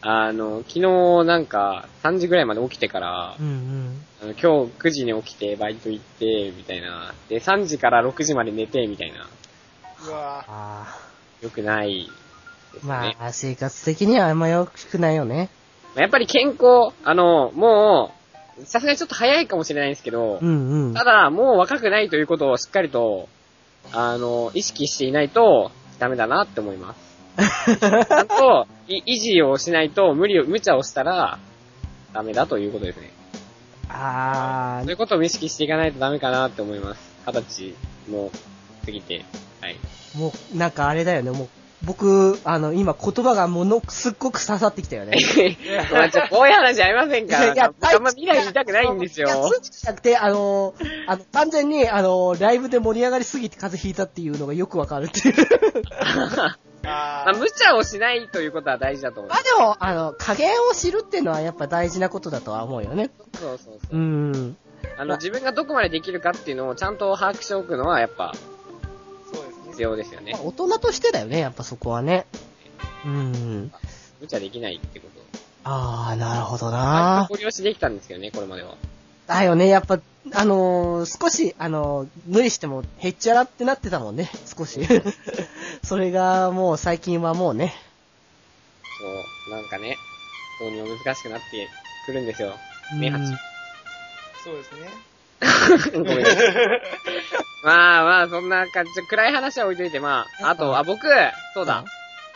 [SPEAKER 2] あの、昨日なんか、3時ぐらいまで起きてから
[SPEAKER 1] う、ん
[SPEAKER 2] あの今日9時に起きてバイト行って、みたいな。で、3時から6時まで寝て、みたいな。
[SPEAKER 4] うわ
[SPEAKER 1] あ
[SPEAKER 2] よくないです
[SPEAKER 1] あ。
[SPEAKER 2] ね。
[SPEAKER 1] まあ、生活的にはあんまよろしくないよね。
[SPEAKER 2] まあやっぱり健康、あの、もう、さすがにちょっと早いかもしれないんですけど
[SPEAKER 1] う、んうん。
[SPEAKER 2] ただ、もう若くないということをしっかりと、あの、意識していないと、ダメだなって思います。ちゃんと、い維持をしないと、無理を、無茶をしたら、ダメだということですね。
[SPEAKER 1] あ
[SPEAKER 2] そういうことを意識していかないとダメかなって思います。二十歳も過ぎて、 はい。
[SPEAKER 1] あ、もう、なんかあれだよね、もう。僕、あの、今言葉がものすっごく刺さってきたよね。
[SPEAKER 2] まあ、ちょ、こういう話ありません
[SPEAKER 1] い
[SPEAKER 2] から、
[SPEAKER 1] 大
[SPEAKER 2] あんま未来見たくないんですよ
[SPEAKER 1] い。やそうじゃなくて、あのー、あの、完全に、あのー、ライブで盛り上がりすぎて風邪ひいたっていうのがよくわかるっていう。
[SPEAKER 2] まあ、
[SPEAKER 4] あ
[SPEAKER 2] 無茶をしないということは大事だと思い
[SPEAKER 1] ま
[SPEAKER 2] ま
[SPEAKER 1] あ
[SPEAKER 2] す。
[SPEAKER 1] でも、あの、加減を知るっていうのはやっぱ大事なことだとは思うよね。
[SPEAKER 2] そうそうそうう。
[SPEAKER 1] ん。
[SPEAKER 2] あの、自分がどこまでできるかっていうのをちゃんと把握しておくのは、やっぱ、
[SPEAKER 4] そうですね。
[SPEAKER 2] 必要ですよね
[SPEAKER 1] まあ。大人としてだよね、やっぱそこはね。うん。
[SPEAKER 2] 無茶できないってこと。
[SPEAKER 1] あー、なるほど
[SPEAKER 2] あ
[SPEAKER 1] な
[SPEAKER 2] あ。ご了承できたんですけどね、これまでは。
[SPEAKER 1] だよね、やっぱ、あのー少し、あのー無理しても、へっちゃらってなってたもんね、少し。 それが、もう最近はもうね。
[SPEAKER 2] そう、なんかね、どうにも難しくなってくるんですよ。
[SPEAKER 1] うん
[SPEAKER 2] ね、八。
[SPEAKER 4] そうですね。
[SPEAKER 2] ごめんなさい。 まあまあ、そんな感じ。暗い話は置いといて、まあ、あと、あ、僕、そうだ。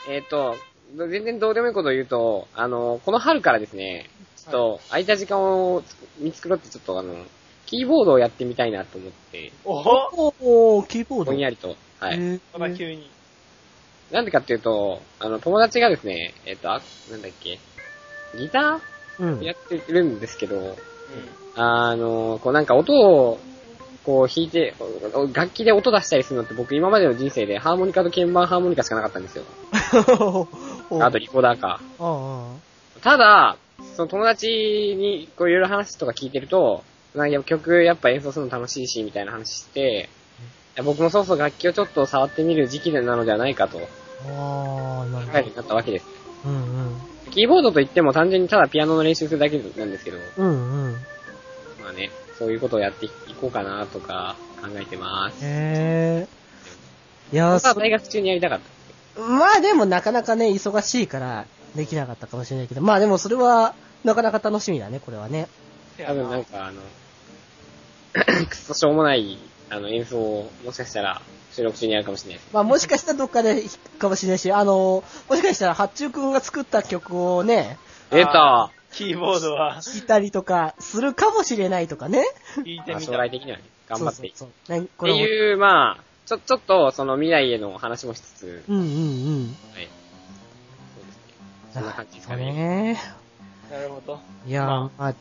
[SPEAKER 2] えっ、と、ど全然どうでもいいことを言うと、あの、この春からですね、ちょっと、空いた時間をつく見繕って、ちょっとあの、キーボードをやってみたいなと思って、
[SPEAKER 4] おほ
[SPEAKER 1] おー、キーボード。
[SPEAKER 2] ぼんやりと。は
[SPEAKER 1] へ
[SPEAKER 2] い。
[SPEAKER 1] ー
[SPEAKER 4] まだ急に。
[SPEAKER 2] なんでかっていうと、あの、友達がですね、えっ、と、あ、なんだっけ、ギタ
[SPEAKER 1] う
[SPEAKER 2] ー
[SPEAKER 1] ん。
[SPEAKER 2] やってるんですけど、あの、こうなんか音を、こう弾いて、おお楽器で音出したりするのって僕今までの人生でハーモニカと鍵盤ハーモニカしかなかったんですよ。あとリコーダーか。
[SPEAKER 1] あ
[SPEAKER 2] ただ、その友達にこういろいろ話とか聞いてると、なんかやっぱ曲やっぱ演奏するの楽しいし、みたいな話して、いや僕もそろそろ楽器をちょっと触ってみる時期なのではないかと、考
[SPEAKER 1] あ。ああ、なるほど
[SPEAKER 2] えるよう。になったわけです。
[SPEAKER 1] うんうん。
[SPEAKER 2] キーボードといっても単純にただピアノの練習するだけなんですけど、
[SPEAKER 1] うんうん。
[SPEAKER 2] まあね、そういうことをやっていこうかなとか考えてます。
[SPEAKER 1] へえ。いやー、
[SPEAKER 2] 本当は
[SPEAKER 1] そ
[SPEAKER 2] 大学中にやりたかった。
[SPEAKER 1] まあでもなかなかね、忙しいからできなかったかもしれないけど、まあでもそれはなかなか楽しみだね、これはね。
[SPEAKER 4] せや
[SPEAKER 2] 多分なん
[SPEAKER 4] な。
[SPEAKER 2] かあの、 くっそしょうもない、あの、演奏を、もしかしたら、収録中にやるかもしれないです。
[SPEAKER 1] まあもしかしたらどっかで弾くかもしれないし、あのー、もしかしたら八中くんが作った曲をね、
[SPEAKER 2] 出た
[SPEAKER 4] キーボードは
[SPEAKER 1] 弾いたりとかするかもしれないとかね。
[SPEAKER 4] 弾いて
[SPEAKER 2] まあ
[SPEAKER 4] み
[SPEAKER 2] 将
[SPEAKER 4] た
[SPEAKER 2] 来
[SPEAKER 4] い。
[SPEAKER 2] 的にはね、頑張っていく。
[SPEAKER 1] そうそうそうねこ
[SPEAKER 2] って
[SPEAKER 1] れも
[SPEAKER 2] いう、まあ、ちょ、ちょっと、その未来への話もしつつ、
[SPEAKER 1] うんうんうん。
[SPEAKER 2] はい。そうですね。そんな感じですかね。
[SPEAKER 1] ね
[SPEAKER 4] なるほど。
[SPEAKER 1] いやー、
[SPEAKER 4] ま
[SPEAKER 1] まあ、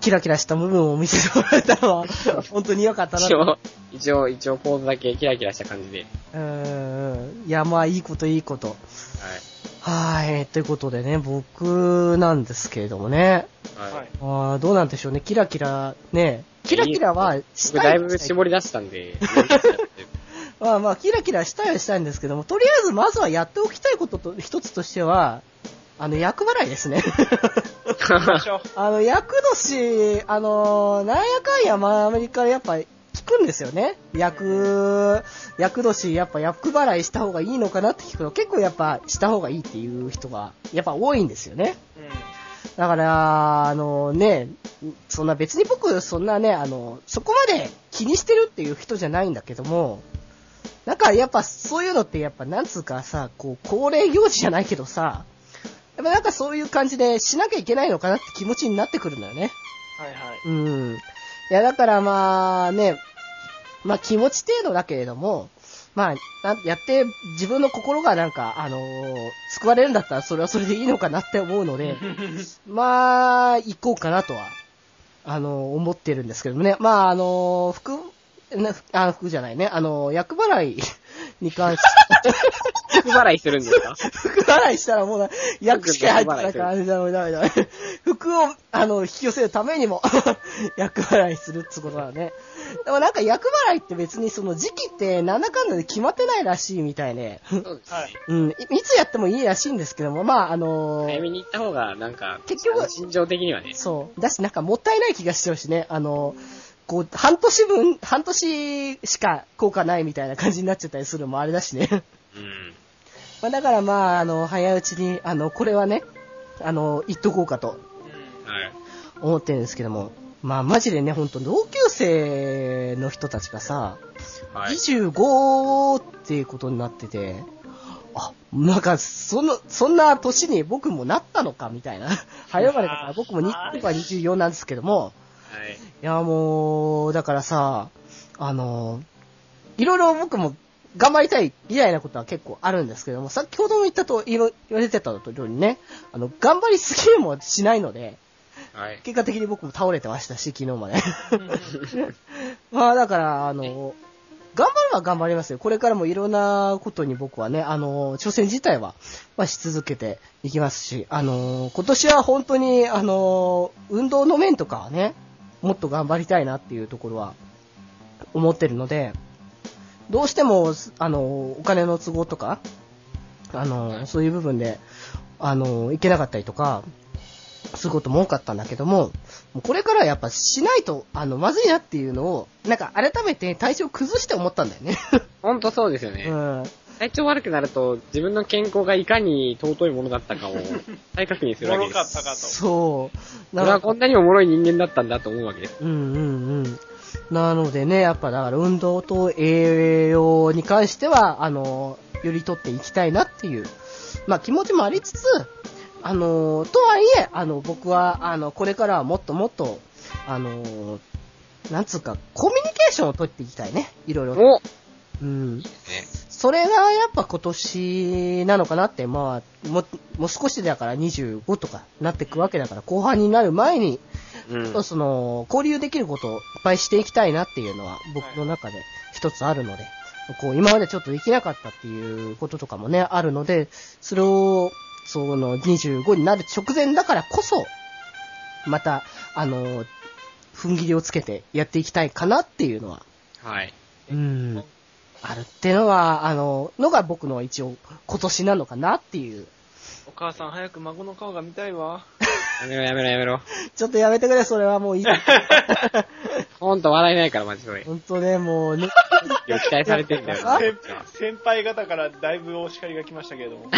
[SPEAKER 1] キラキラした部分を見せてもらえたのは、 本当に良かったな
[SPEAKER 2] 一
[SPEAKER 1] と。
[SPEAKER 2] 応、一応、一応、ポーズだけキラキラした感じで、はい。
[SPEAKER 1] うーん。いや、まあ、いいこと、いいこと。はい、ということでね、僕なんですけれどもね。
[SPEAKER 2] は
[SPEAKER 4] はいい。
[SPEAKER 1] あーどうなんでしょうね、キラキラ、ね。キラキラはし
[SPEAKER 2] 僕
[SPEAKER 1] た
[SPEAKER 2] だい
[SPEAKER 1] い
[SPEAKER 2] ぶ絞り出したんで、
[SPEAKER 1] まあまあ、キラキラしたいはしたいんですけども、とりあえずまずはやっておきたいことと、一つとしては、あの、役払いですね。
[SPEAKER 4] ましょう。
[SPEAKER 1] あの、役年、あの、なんやかんや、まあ、アメリカやっぱ聞くんですよね。役、役年、やっぱ役払いした方がいいのかなって聞くの、結構やっぱした方がいいっていう人が、やっぱ多いんですよね。だから、あのね、そんな別に僕、そんなね、あの、そこまで気にしてるっていう人じゃないんだけども、なんかやっぱそういうのってやっぱなんつうかさ、こう、恒例行事じゃないけどさ、やっぱなんかそういう感じでしなきゃいけないのかなって気持ちになってくるんだよね。
[SPEAKER 4] はいはい。
[SPEAKER 1] うん。いや、だからまあね、まあ気持ち程度だけれども、まあ、なやって自分の心がなんか、あのー救われるんだったらそれはそれでいいのかなって思うので、まあ、行こうかなとは、あの、思ってるんですけどもね。まあ、あの、服、なふあ、服じゃないね。あの、役払いに関し
[SPEAKER 2] 服払いするんですか
[SPEAKER 1] て、服払いしたらもうな、役しか入ってないから、ダメダメダメ。服を、あの、引き寄せるためにも、 役払いするってことだね。でもなんか役払いって別にその時期ってなんだかんだで決まってないらしいみたいで、
[SPEAKER 2] そうです
[SPEAKER 4] はい。
[SPEAKER 1] うん、いいつやってもいいらしいんですけども、まあ、あの
[SPEAKER 2] 早めに行った方が、なんか、
[SPEAKER 1] 結局は
[SPEAKER 2] 心情的にはね。
[SPEAKER 1] そう。だし、なんかもったいない気がしちゃうしね。あの、こう、半年分、半年しか効果ないみたいな感じになっちゃったりするのもあれだしね。
[SPEAKER 2] うん。
[SPEAKER 1] まあだからまあ、あの、早いうちに、あの、これはね、あの、言っとこうかと
[SPEAKER 2] はい。
[SPEAKER 1] 思ってるんですけども。まあマジでね、ほんと同級生の人たちがさ、
[SPEAKER 2] はい。
[SPEAKER 1] 25っていうことになってて、あ、なんか、その、そんな年に僕もなったのかみたいな。 早生まれだから僕も2とか24なんですけども、
[SPEAKER 2] はい。
[SPEAKER 1] いや、もう、だからさ、あの、いろいろ僕も頑張りたい嫌いなことは結構あるんですけども、先ほども言ったと、いろ、言われてたのとおりね、あの、頑張りすぎもしないので、
[SPEAKER 2] はい。
[SPEAKER 1] 結果的に僕も倒れてましたし、昨日まで。 まあ、だから、あの、頑張るは頑張りますよ。これからもいろんなことに僕はね、あの、挑戦自体は、まあ、し続けていきますし、あの、今年は本当に、あの、運動の面とかはね、もっと頑張りたいなっていうところは思ってるので、どうしても、あの、お金の都合とか、あの、そういう部分で、あの、いけなかったりとか、することも多かったんだけども、もうこれからはやっぱしないと、あの、まずいなっていうのを、なんか改めて体調崩して思ったんだよね。
[SPEAKER 2] ほんとそうですよね。
[SPEAKER 1] うん。
[SPEAKER 2] 体調悪くなると、自分の健康がいかに尊いものだったかを再確認するわけ
[SPEAKER 4] もろ
[SPEAKER 2] で
[SPEAKER 4] かっ
[SPEAKER 2] す。
[SPEAKER 4] たかと。
[SPEAKER 1] そう。
[SPEAKER 2] 俺はこんなにも脆い人間だったんだと思うわけです。
[SPEAKER 1] うんうんうん。なのでね、やっぱだから運動と栄養に関しては、あの、より取っていきたいなっていう、まあ気持ちもありつつ、あの、とはいえ、あの、僕は、あの、これからはもっともっと、あの、なんつうか、コミュニケーションを取っていきたいね。いろいろと。
[SPEAKER 2] お
[SPEAKER 1] うん。それがやっぱ今年なのかなって、まあ、も、もう少しだから25とかなってくわけだから、後半になる前に、
[SPEAKER 2] うん。
[SPEAKER 1] その、交流できることをいっぱいしていきたいなっていうのは、僕の中で一つあるので、こう、今までちょっとできなかったっていうこととかもね、あるので、それを、その、25になる直前だからこそ、また、あの、踏ん切りをつけてやっていきたいかなっていうのは、
[SPEAKER 2] はい。
[SPEAKER 1] うん。あるってのは、あの、のが僕の一応、今年なのかなっていう。
[SPEAKER 4] お母さん早く孫の顔が見たいわ。
[SPEAKER 2] やめろやめろやめろ。
[SPEAKER 1] ちょっとやめてくれ、それは もういい。
[SPEAKER 2] ほんと笑えないから、マジ で。
[SPEAKER 1] ほんとね、もうね。
[SPEAKER 2] 期待されてんだよ
[SPEAKER 1] あ
[SPEAKER 2] な。
[SPEAKER 4] 先先輩方からだいぶお叱りが来ましたけれども。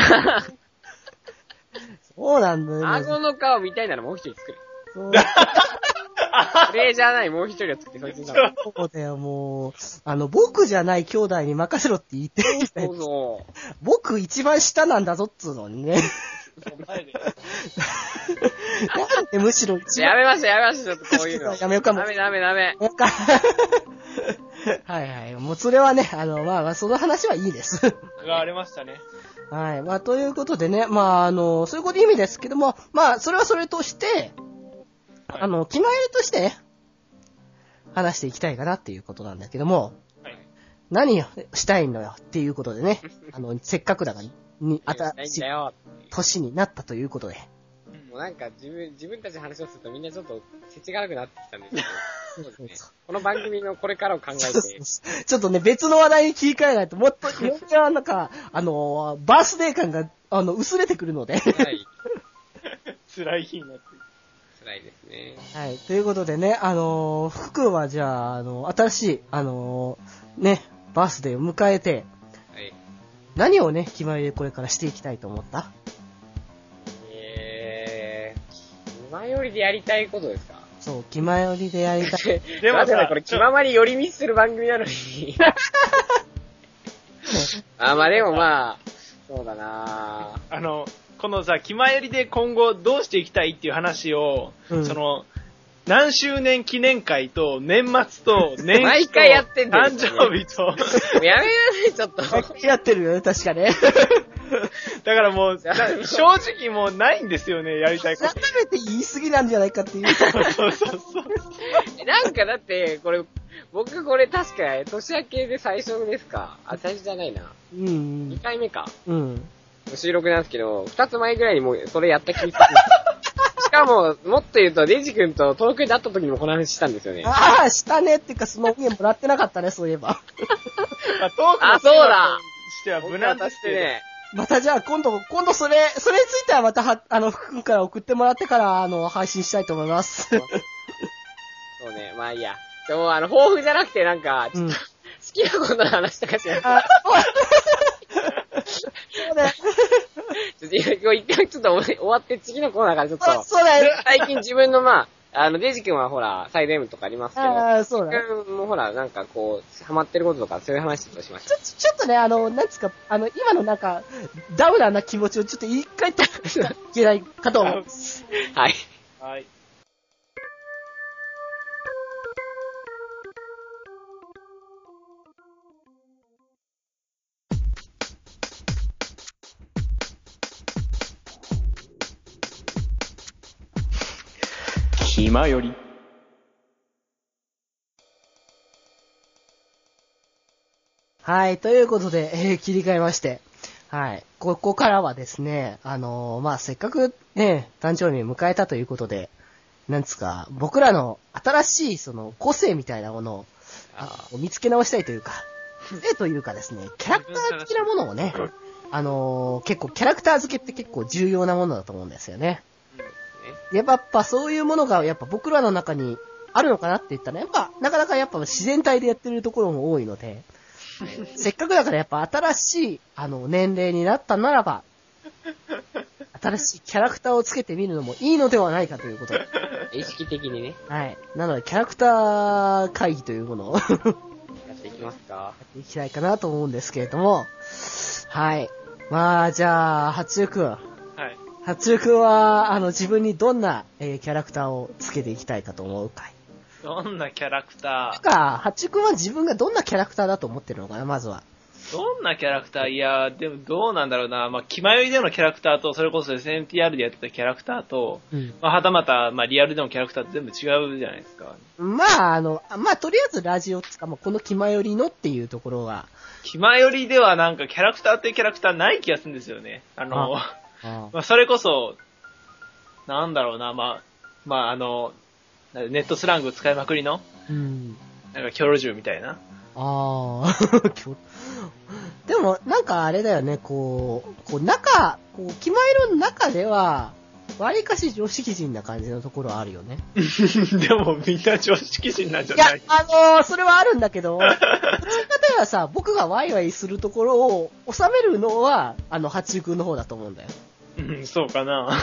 [SPEAKER 1] そうなんだよ、ね。
[SPEAKER 2] 顎の顔見たいならもう一人作る。
[SPEAKER 1] そう
[SPEAKER 2] プレイじゃない、もう一人を作って、そいつに。
[SPEAKER 1] そうだよ、もう。あの、僕じゃない兄弟に任せろって言ってるみたい
[SPEAKER 2] そうそ
[SPEAKER 1] 僕一番下なんだぞっつうのに ね。
[SPEAKER 4] 前で
[SPEAKER 1] なんでむしろ一
[SPEAKER 2] う。や
[SPEAKER 1] 番。
[SPEAKER 2] めましょう、やめましょう、ちょっとこういうの。
[SPEAKER 1] やめようかも
[SPEAKER 2] ダメダメダメ。
[SPEAKER 1] か はいはい。もうそれはね、あの、まあまあ、その話はいいです。
[SPEAKER 4] が荒れましたね。
[SPEAKER 1] はい。まあ、ということでね、まあ、あの、そういうこと意味ですけども、まあ、それはそれとして、
[SPEAKER 4] はい
[SPEAKER 1] あの、気前としてね、話していきたいかなっていうことなんだけども、
[SPEAKER 4] はい
[SPEAKER 1] 何をしたいのよっていうことでね、あの、せっかくだから、に、
[SPEAKER 2] あた、な
[SPEAKER 1] 新
[SPEAKER 2] いん
[SPEAKER 1] しい
[SPEAKER 2] だよ。
[SPEAKER 1] 年になったということで。
[SPEAKER 2] もうなんか自分、自分たちの話をするとみんなちょっと、せちがらくなってきたん ですけど。そうですね。この番組のこれからを考えて、
[SPEAKER 1] ちょっとね、別の話題に切り替えないと、もっと、もっとなんか、あのー、バースデー感が、あの、薄れてくるので。
[SPEAKER 2] はい、
[SPEAKER 4] 辛い日になってる。
[SPEAKER 2] 辛いですね。
[SPEAKER 1] はい。ということでね、あのー、福君はじゃあ、あの、新しい、あのー、ね、バースデーを迎えて、
[SPEAKER 2] はい。
[SPEAKER 1] 何をね、決まりでこれからしていきたいと思った
[SPEAKER 2] えー、気まよりでやりたいことですか
[SPEAKER 1] そう、決まりでやりたい。
[SPEAKER 4] でも
[SPEAKER 2] まだ
[SPEAKER 4] さ、
[SPEAKER 2] これ
[SPEAKER 4] ち
[SPEAKER 2] 気
[SPEAKER 4] ょ
[SPEAKER 2] ままに寄り道する番組なの に。あ、まあでもまあ、そうだなぁ
[SPEAKER 4] あの、このさ、気前よりで今後どうしていきたいっていう話を、
[SPEAKER 1] うん
[SPEAKER 4] その、何周年記念会と、年末と、年始と
[SPEAKER 2] 毎回やってんだよ
[SPEAKER 4] 誕生日と、
[SPEAKER 2] やめなさい、ちょっ と。
[SPEAKER 1] やってるよね、確かね。
[SPEAKER 4] だからもう、な正直もうないんですよね、やりたいこ
[SPEAKER 1] 改
[SPEAKER 4] と。
[SPEAKER 1] めて言い過ぎなんじゃないかっていう。
[SPEAKER 4] そうそうそう。
[SPEAKER 2] なんかだって、これ、僕これ確か年明けで最初ですかあ、最初じゃないな。
[SPEAKER 1] うん
[SPEAKER 2] 2、回目か。
[SPEAKER 1] うん。
[SPEAKER 2] 収録なんですけど、2つ前ぐらいにもうそれやった気がする。しかも、もっと言うと、デジ君と東京で会った時にもこの話したんですよね。
[SPEAKER 1] ああ、したねっていうか、その家もらってなかったね、そういえば。
[SPEAKER 4] まあ、トークの
[SPEAKER 2] あそうだ
[SPEAKER 4] テーマとしては無難で
[SPEAKER 2] だ
[SPEAKER 4] す
[SPEAKER 2] し
[SPEAKER 4] け
[SPEAKER 2] て
[SPEAKER 4] ど、
[SPEAKER 2] ね、
[SPEAKER 1] またじゃあ、今度、今度それ、それについてはまたは、あの、福君から送ってもらってから、あの、配信したいと思い ます。
[SPEAKER 2] そうね、まあいいや。でも、あの、抱負じゃなくて、なんか、
[SPEAKER 1] うん。
[SPEAKER 2] 好きなことの話とかしない。
[SPEAKER 1] あ、 そうだよ。
[SPEAKER 2] ちょっと今日一回ちょっと終わって次のコーナーからちょっ
[SPEAKER 1] あ
[SPEAKER 2] と、
[SPEAKER 1] そうだよ。
[SPEAKER 2] 最近自分のまあ、あの、デジ君はほら、サイド M とかありますけど、
[SPEAKER 1] ああ、そうだね。
[SPEAKER 2] 僕もほら、なんかこう、ハマってることとかそういう話ちょっとしまし
[SPEAKER 1] ちょ、ちょっとね、あの、なんつうか、あの、今のなんか、ダウナーな気持ちをちょっと一回と、いけないかと思う。
[SPEAKER 2] た。はい。
[SPEAKER 4] はい。
[SPEAKER 3] 気まより。
[SPEAKER 1] はい、ということで、えー切り替えまして、はい、ここからはですね、あのーまあ、せっかくね、誕生日を迎えたということで、なんつうか、僕らの新しい、その、個性みたいなものを、あ見つけ直したいというか、えというかですね、キャラクター的なものをね、あのー結構、キャラクター付けって結構重要なものだと思うんですよね。やっぱそういうものが、やっぱ僕らの中にあるのかなって言ったら、やっぱ、なかなかやっぱ自然体でやってるところも多いので、せっかくだからやっぱ新しい、あの、年齢になったならば、新しいキャラクターをつけてみるのもいいのではないかということで。
[SPEAKER 2] 意識的にね、
[SPEAKER 1] はい。なので、キャラクター会議というものを や
[SPEAKER 2] やっていきますか。
[SPEAKER 1] っていきたいかなと思うんですけれども、はい。まあ、じゃあ、八中くん。
[SPEAKER 4] はい。
[SPEAKER 1] 八中くんは、あの、自分にどんな、えーキャラクターをつけていきたいかと思うかい
[SPEAKER 4] どんなキャラクタ
[SPEAKER 1] なんか、ハッチ君は自分がどんなキャラクターだと思ってるのかな、まずは。
[SPEAKER 4] ーどんなキャラクターいやー、でもどうなんだろうな。まあ、気迷いでのキャラクターと、それこそ SNTR でやってたキャラクターと、
[SPEAKER 1] うん。
[SPEAKER 4] まあ、はたまた、まあ、リアルでのキャラクターって全部違うじゃないですか。
[SPEAKER 1] まあ、あの、あまあ、とりあえずラジオっつうか、まあ、この気前よりのっていうところは。
[SPEAKER 4] 気前よりではなんかキャラクターってキャラクターない気がするんですよね。あの、
[SPEAKER 1] あ
[SPEAKER 4] まあ、それこそ、なんだろうな、まあ、まあ、あの、ネットスラング使いまくりの、
[SPEAKER 1] うん。
[SPEAKER 4] なんか、キョロジュみたいな。
[SPEAKER 1] あ あ、今日。でも、なんかあれだよね、こう、こう、中、こう、気前色の中では、わりかし常識人な感じのところはあるよね。
[SPEAKER 4] でも、みんな常識人なんじゃ
[SPEAKER 1] いや
[SPEAKER 4] ない、
[SPEAKER 1] あのーそれはあるんだけど、 どっちかといえばさ、僕がワイワイするところを収めるのは、あの、ハッチ君の方だと思うんだよ。
[SPEAKER 4] うん、そうかな。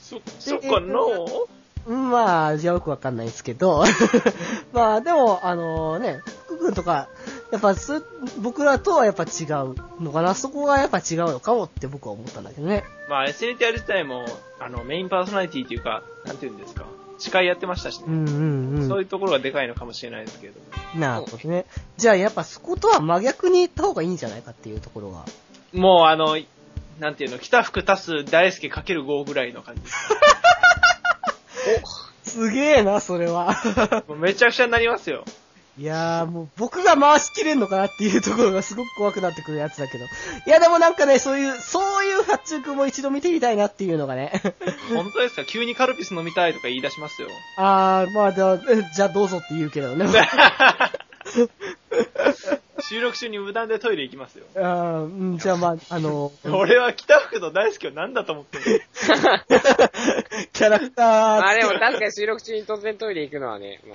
[SPEAKER 4] そ、そっかな
[SPEAKER 1] うんまあ、よくわかんないですけど。 まあ、でも、あのね、福君とか、やっぱす、僕らとはやっぱ違うのかな。そこがやっぱ違うのかもって僕は思ったんだけどね。
[SPEAKER 4] まあ、SNTR 自体も、あの、メインパーソナリティというか、なんていうんですか、司会やってましたし
[SPEAKER 1] う
[SPEAKER 4] ね。
[SPEAKER 1] んうん
[SPEAKER 4] そう
[SPEAKER 1] う
[SPEAKER 4] いうところがでかいのかもしれないですけど。
[SPEAKER 1] ん。なるほどね。じゃあ、やっぱそことは真逆に行った方がいいんじゃないかっていうところが。
[SPEAKER 4] もう、あの、なんていうの、北福足す大輔かける5ぐらいの 感じです。
[SPEAKER 1] すげえな、それは。
[SPEAKER 4] もうめちゃくちゃになりますよ。
[SPEAKER 1] いやーもう僕が回しきれんのかなっていうところがすごく怖くなってくるやつだけど。いやでもなんかね、そういう、そういう発注も一度見てみたいなっていうのがね。
[SPEAKER 4] 本当ですか急にカルピス飲みたいとか言い出 しますよ。
[SPEAKER 1] あー、まあじゃあ、じゃあどうぞって言うけ どね。
[SPEAKER 4] 収録中に無断でトイレ行きますよ。
[SPEAKER 1] あーうんじゃあまあ、あ の、
[SPEAKER 4] 俺は北福の大好きを何だと思ってる
[SPEAKER 1] キャラクター、
[SPEAKER 2] まあでも確かに収録中に突然トイレ行くのはね、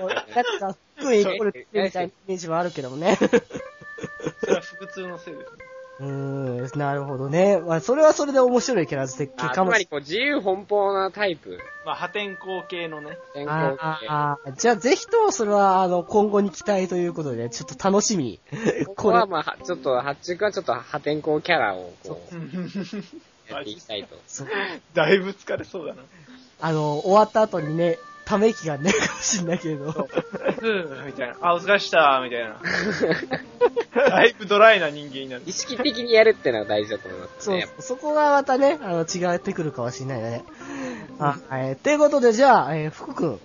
[SPEAKER 2] もう
[SPEAKER 1] なんか、福井イコールみたいなイメージはあるけどもね。
[SPEAKER 4] それは腹痛のせいですね。
[SPEAKER 1] うーん、なるほどね。まあ、それはそれで面白いキャラ付け
[SPEAKER 2] あ
[SPEAKER 1] か
[SPEAKER 2] つ
[SPEAKER 1] も
[SPEAKER 2] ま
[SPEAKER 1] し
[SPEAKER 2] りこう自由奔放なタイプ。
[SPEAKER 4] まあ、破天荒系のね。
[SPEAKER 2] 先
[SPEAKER 1] れ
[SPEAKER 2] 行
[SPEAKER 1] ない。
[SPEAKER 2] って
[SPEAKER 1] あーあー、じゃあぜひともそれは、あの、今後に期待ということで、ちょっと楽しみに。
[SPEAKER 2] ここ
[SPEAKER 1] これ
[SPEAKER 2] は、まあ、はちょっと、発注君はちょっと破天荒キャラをこう、 やっていきたいと。
[SPEAKER 1] そう
[SPEAKER 4] だいぶ疲れそうだな。
[SPEAKER 1] あの、終わった後にね、ため息が出るかもしんないけど。
[SPEAKER 4] ふー みたいな。あ、お疲れっしたみたいな。だいぶドライな人間になる。
[SPEAKER 2] 意識的にやるってのが大事だと思います
[SPEAKER 1] そう
[SPEAKER 2] ね。やっぱ
[SPEAKER 1] そこがまたね、あの、違ってくるかもしんないね。あ、えー、ということで、じゃあ、えー、福君。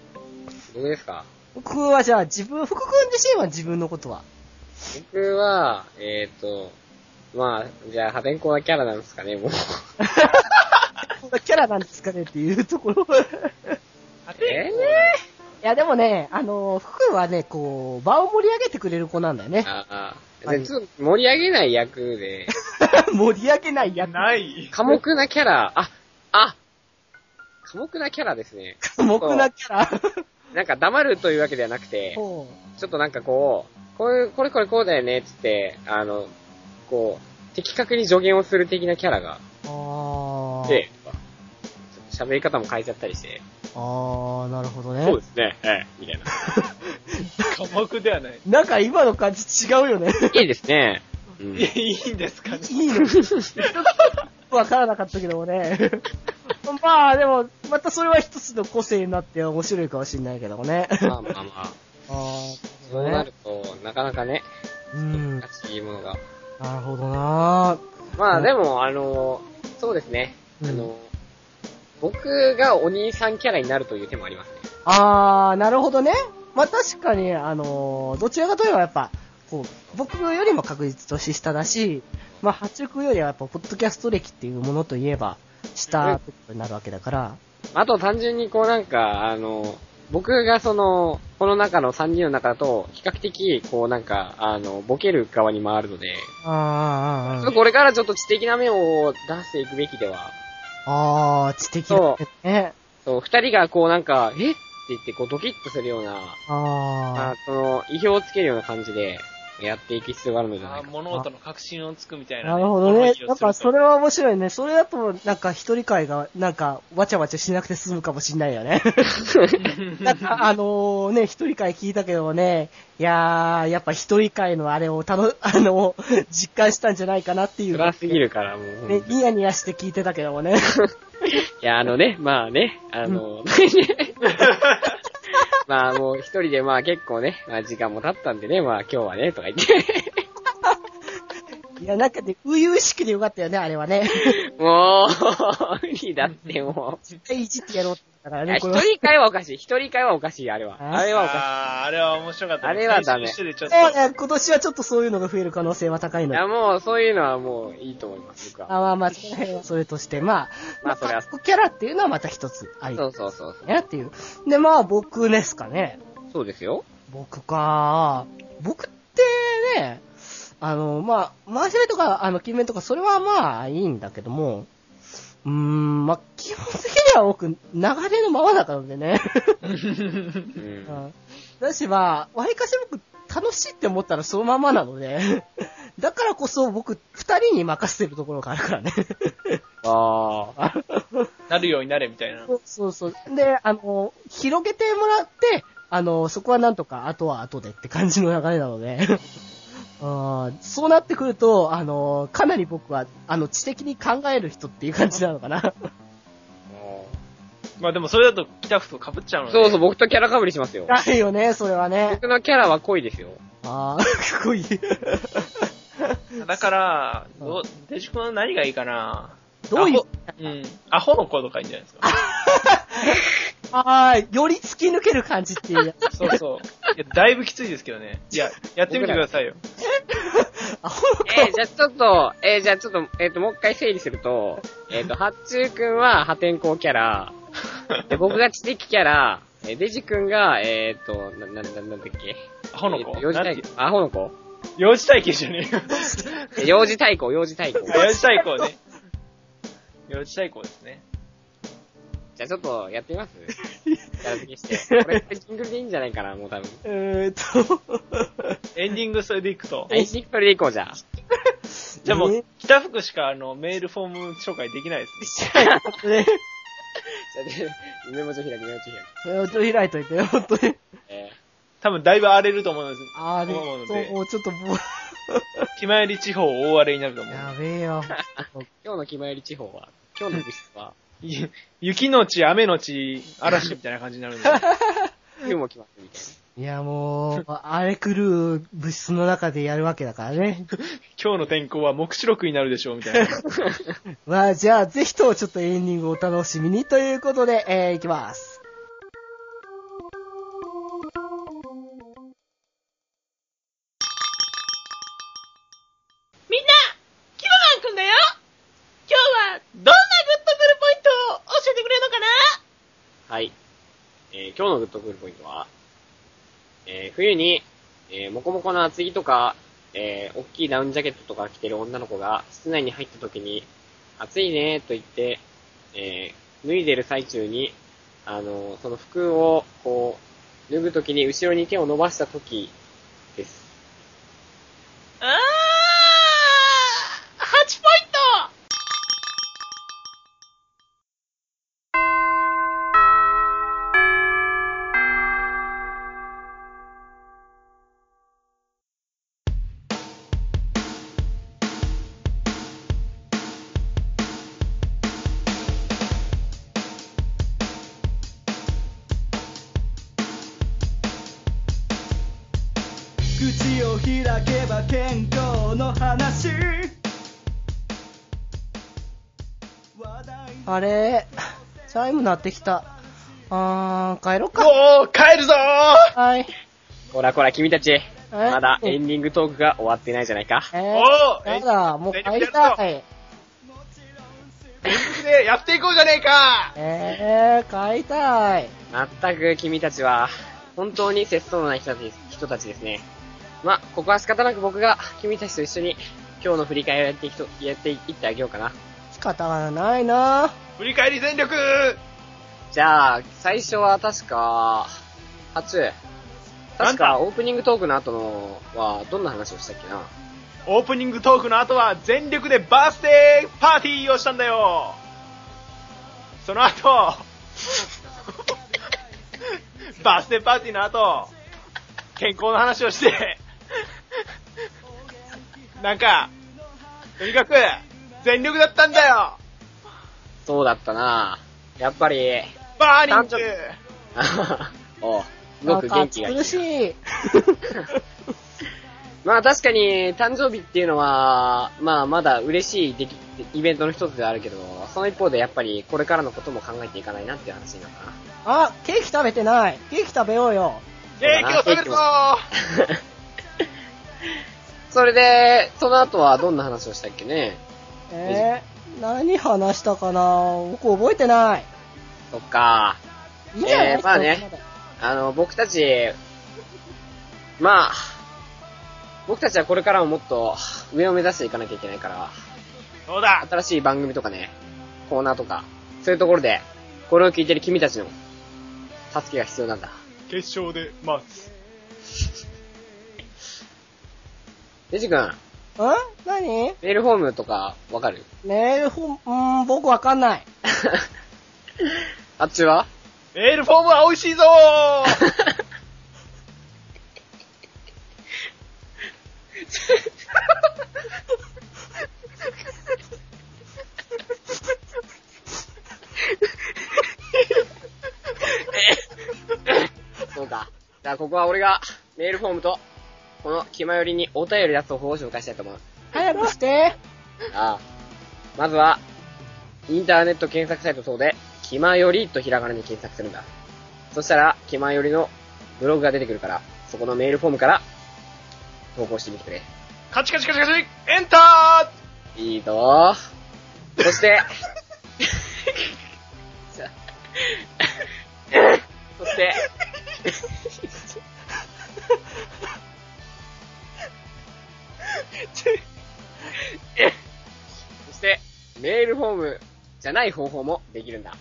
[SPEAKER 2] 僕ですか
[SPEAKER 1] 福君はじゃあ自分、福君自身は自分のこと は
[SPEAKER 2] 僕は、えっ、と、まあ、じゃあ破天荒なキャラなんですかね、もう。
[SPEAKER 1] こんなキャラなんですかねっていうところ。
[SPEAKER 2] え
[SPEAKER 1] いや、でもね、あのー、福はね、こう、場を盛り上げてくれる子なんだよね
[SPEAKER 2] ー、。ああ。
[SPEAKER 1] はい
[SPEAKER 2] でちょっと盛り上げない役で、
[SPEAKER 1] 盛り上げないやつ。
[SPEAKER 4] ない。
[SPEAKER 2] 寡黙なキャラ、あ、あ寡黙なキャラですね。
[SPEAKER 1] 黙なキャラ。
[SPEAKER 2] なんか黙るというわけではなくて、
[SPEAKER 1] ほ
[SPEAKER 2] ちょっとなんかこう、こういう、これこれこうだよね、つって、あの、こう、的確に助言をする的なキャラが、
[SPEAKER 1] うあー。
[SPEAKER 2] で、ちょっと喋り方も変えちゃったりして、
[SPEAKER 1] あー、なるほどね。
[SPEAKER 2] ですね、ええ、みたいな。
[SPEAKER 4] 科目ではない。
[SPEAKER 1] なんか今の感じ違うよね。
[SPEAKER 2] いいですね。うん
[SPEAKER 4] いや、いいんですかね。
[SPEAKER 1] いいの。わからなかったけども ね。まあ、でも、またそれは一つの個性になって面白いかもしれないけどもね。
[SPEAKER 2] まあまあまあ。
[SPEAKER 1] あー、
[SPEAKER 2] そうなると、なかなかね、
[SPEAKER 1] うん。
[SPEAKER 2] 難しいものが。
[SPEAKER 1] なるほどな
[SPEAKER 2] ま
[SPEAKER 1] う
[SPEAKER 2] あ
[SPEAKER 1] ん
[SPEAKER 2] でも、あの、そうですね。
[SPEAKER 1] うん
[SPEAKER 2] あの、僕がお兄さんキャラになるという手もありますね。
[SPEAKER 1] あー、なるほどね。まあ確かに、あのーどちらかといえばやっぱ、こう、僕よりも確実年下だし、まあ、八中よりはやっぱ、ポッドキャスト歴っていうものといえば、下ってことになるわけだから、
[SPEAKER 2] あと単純にこうなんか、あの、僕がその、この中の3人の中だと、比較的、こうなんか、あの、ボケる側に回るので、
[SPEAKER 1] あー
[SPEAKER 2] ちょっとこれからちょっと知的な面を出していくべきでは、
[SPEAKER 1] あー、あー知的だね。
[SPEAKER 2] そう、二人がこうなんか、えって言ってこうドキッとするような、
[SPEAKER 1] あ
[SPEAKER 2] あその、意表をつけるような感じで、やっていく必要があるのじゃな
[SPEAKER 4] あ
[SPEAKER 2] いか。
[SPEAKER 4] 物事の確信をつくみた
[SPEAKER 1] ー、
[SPEAKER 4] いな、
[SPEAKER 1] なるほどね。
[SPEAKER 4] 物
[SPEAKER 1] な
[SPEAKER 4] 言いを
[SPEAKER 1] ん
[SPEAKER 4] する
[SPEAKER 1] か、それは面白いね。それだと、なんか、一人会が、なんか、わちゃわちゃしなくて済むかもしんないよね。なんか、あのね、一人会聞いたけどね、いやー、やっぱ一人会のあ れを楽、あの、実感したんじゃないかなっていう。
[SPEAKER 2] 辛
[SPEAKER 1] ね、
[SPEAKER 2] すぎるから、もう本当に。
[SPEAKER 1] ニヤニヤして聞いてたけどもね。
[SPEAKER 2] いや、あ のね、まあね、あの、 まあもう一人でまあ結構ね、まあ時間も経ったんでね、まあ今日はね、とか 言って。
[SPEAKER 1] いや、なんかね、初々しくでよかったよね、あれはね。
[SPEAKER 2] もう、無理だってもう。
[SPEAKER 1] 絶対いじってやろうって言ったから
[SPEAKER 2] いや
[SPEAKER 1] ね、
[SPEAKER 2] 一
[SPEAKER 1] これは。
[SPEAKER 2] 人会はおかしい。一人会はおかしい、あれは。
[SPEAKER 1] あ
[SPEAKER 2] あれはおか
[SPEAKER 4] あーあれは面白かった、
[SPEAKER 2] あれはダメ
[SPEAKER 4] 青春しててちょっと
[SPEAKER 1] そうね、今年はちょっとそういうのが増える可能性は高い
[SPEAKER 2] しい。い
[SPEAKER 1] の
[SPEAKER 2] や、
[SPEAKER 1] で。
[SPEAKER 2] もうそういうのはもういいと思います、僕は。
[SPEAKER 1] あまあまあ、その辺はそれとして、まあ、
[SPEAKER 2] まあ
[SPEAKER 1] ま
[SPEAKER 2] それ
[SPEAKER 1] あ、
[SPEAKER 2] は
[SPEAKER 1] カッコキャラっていうのはまた一つあり
[SPEAKER 2] そうそうそう。
[SPEAKER 1] ねっていう。で、まあ僕ですかね。
[SPEAKER 2] そうですよ。
[SPEAKER 1] 僕か。僕ってね、あの、まあ、回し目とか、あの、金面とか、それはまあ、いいんだけども、うーん、まあ、基本的には僕、流れのままだからで ね。
[SPEAKER 2] う。
[SPEAKER 1] うんんだし、まあ、わりかし僕、楽しいって思ったらそのままなので、だからこそ僕、二人に任せてるところがある からね。
[SPEAKER 2] ああ。
[SPEAKER 4] なるようになれみたいな。
[SPEAKER 1] そうそうそう。で、あの、広げてもらって、あの、そこはなんとか、あとは後でって感じの流れなので。 あーそうなってくると、あの、かなり僕は、あの、知的に考える人っていう感じなのかな。
[SPEAKER 4] まあでもそれだと北服と被っちゃうので。
[SPEAKER 2] そうそう、僕とキャラ被りしますよ。
[SPEAKER 1] ないよね、それはね。
[SPEAKER 2] 僕のキャラは濃いですよ。
[SPEAKER 1] ああ、かっこいい。
[SPEAKER 4] だから、どう、デジ君は何がいいかな
[SPEAKER 1] どういう
[SPEAKER 4] アホ、うん。アホの子とかいいんじゃないですか。
[SPEAKER 1] ああ、より突き抜ける感じっていうやつ。
[SPEAKER 4] そうそう。いや、だいぶきついですけどね。いや、やってみてくださいよ。
[SPEAKER 1] アホの子、
[SPEAKER 2] えー、じゃあちょっと、えー、じゃあちょっと、えっ、と、もう一回整理すると、えっ、と、八中くんは破天荒キャラ、で、僕が知的キャラ、えーデジくんが、えっ、と、な、な、ななんだっけ
[SPEAKER 4] アホの子
[SPEAKER 2] えーと幼児
[SPEAKER 4] なん
[SPEAKER 2] 対
[SPEAKER 4] て
[SPEAKER 2] 抗。アホの子
[SPEAKER 4] 幼児体験じ ゃねえよ。
[SPEAKER 2] えー幼児対抗、幼児対抗。じ
[SPEAKER 4] 幼児対抗ね。幼児対抗ですね。
[SPEAKER 2] ゃあちょっと、やってみますやらけして。これ、ジングルでいいんじゃないかな、もう多分。
[SPEAKER 1] えーっと、
[SPEAKER 4] エンディングそれでいくと。
[SPEAKER 2] エンディングそれでいこう、じゃあ。
[SPEAKER 4] じゃあも
[SPEAKER 1] え
[SPEAKER 4] う、北福しかあの、メールフォーム紹介できないですね。
[SPEAKER 1] ね、
[SPEAKER 2] じゃあ、メモ帳開く、メモ帳開く。
[SPEAKER 1] ちょっと開いといて、ほんとに。
[SPEAKER 2] え
[SPEAKER 4] 多分だいぶ荒れると思うんです。
[SPEAKER 1] あれ、
[SPEAKER 4] 思うの
[SPEAKER 1] そう、
[SPEAKER 4] で
[SPEAKER 1] もうちょっともう、
[SPEAKER 4] 気まより地方大荒れになると思う。
[SPEAKER 1] やべえよ。
[SPEAKER 2] ー今日の気まより地方は、今日の部室 は、
[SPEAKER 4] ゆ雪のち、雨のち、嵐みたいな感じに なるんで。
[SPEAKER 2] 冬も来ます、みたいな。
[SPEAKER 1] いや、もう、あれ狂う物質の中でやるわけだからね。
[SPEAKER 4] 今日の天候は目視録になるでしょう、みたいな。
[SPEAKER 1] まあ、じゃあ、ぜひともちょっとエンディングをお楽しみにということで、えー、いきます。
[SPEAKER 5] みんな、キロマンくんだよ今日は、どんなグッドグルポイントを教えてくれるのかな
[SPEAKER 2] はい。えー今日のグッドクールポイントは、えー冬に、えーもこもこの厚着とか、えー大きいダウンジャケットとか着てる女の子が、室内に入った時に、暑いねーと言って、えー脱いでる最中に、あのーその服を、こう、脱ぐ時に後ろに手を伸ばした時です。
[SPEAKER 5] あー、8ポイント
[SPEAKER 6] 口を開けば健康の話
[SPEAKER 1] あれ、チャイム鳴ってきた。あー、帰ろっか。
[SPEAKER 4] おー、帰るぞー
[SPEAKER 1] はい。
[SPEAKER 2] こらこら君たち、
[SPEAKER 1] え
[SPEAKER 2] まだエンディングトークが終わってないじゃないか。
[SPEAKER 1] えー、
[SPEAKER 4] おー
[SPEAKER 1] やだ、もう帰りたい。
[SPEAKER 4] 全力でやっていこうじゃねえか
[SPEAKER 1] えー、帰りたい。
[SPEAKER 2] まったく君たちは、本当に節操のない人たち人たちですね。ま、ここは仕方なく僕が君たちと一緒に今日の振り返りをやっていきとやっていってあげようかな。
[SPEAKER 1] 仕方がないな
[SPEAKER 4] 振り返り全力
[SPEAKER 2] じゃあ、最初は確か、初。確
[SPEAKER 4] なん
[SPEAKER 2] か、オープニングトークの後のは、どんな話をしたっけな
[SPEAKER 4] オープニングトークの後は全力でバースデーパーティーをしたんだよその後、バースデーパーティーの後、健康の話をして、なんか、とにかく、全力だったんだよ
[SPEAKER 2] そうだったなやっぱり、
[SPEAKER 4] バーニング
[SPEAKER 2] あははおうす
[SPEAKER 1] な
[SPEAKER 2] ご
[SPEAKER 1] ん
[SPEAKER 2] く
[SPEAKER 1] か
[SPEAKER 2] 元
[SPEAKER 1] 暑
[SPEAKER 2] 気がいい
[SPEAKER 1] 苦し い。
[SPEAKER 2] まあ確かに、誕生日っていうのは、まあまだ嬉しい出来イベントの一つではあるけど、その一方でやっぱりこれからのことも考えていかないなっていう話になったな。
[SPEAKER 1] あ、ケーキ食べてない。ケーキ食べようよ。
[SPEAKER 4] ケーキを食べるぞ
[SPEAKER 2] それで、その後はどんな話をしたっけね
[SPEAKER 1] えー、何話したかな僕覚えてない。
[SPEAKER 2] そっか。
[SPEAKER 1] いいじゃない
[SPEAKER 2] えーまあね。あの、僕たち、まあ、僕たちはこれからももっと上を目指していかなきゃいけないから、
[SPEAKER 4] そうだ
[SPEAKER 2] 新しい番組とかね、コーナーとか、そういうところで、これを聞いてる君たちの、助けが必要なんだ。
[SPEAKER 4] 決勝で待つ。
[SPEAKER 2] デジ君、
[SPEAKER 1] うん何
[SPEAKER 2] メールフォームとか、わかる
[SPEAKER 1] メールフォーム、うーん、僕わかんない。
[SPEAKER 2] あっちは
[SPEAKER 4] エールフォームは美味しいぞ
[SPEAKER 2] そうか。じゃあ、ここは俺が、メールフォームと、この気まよりにお便り出す方法を紹介したいと思う。
[SPEAKER 1] 早くして。
[SPEAKER 2] ああ。まずは、インターネット検索サイト等で、気まよりとひらがなで検索するんだ。そしたら、気まよりのブログが出てくるから、そこのメールフォームから投稿してみてくれ。
[SPEAKER 4] カチカチカチカチエンタ
[SPEAKER 2] いいぞー。そして、そして、そして、メールフォームじゃない方法もできるんだ。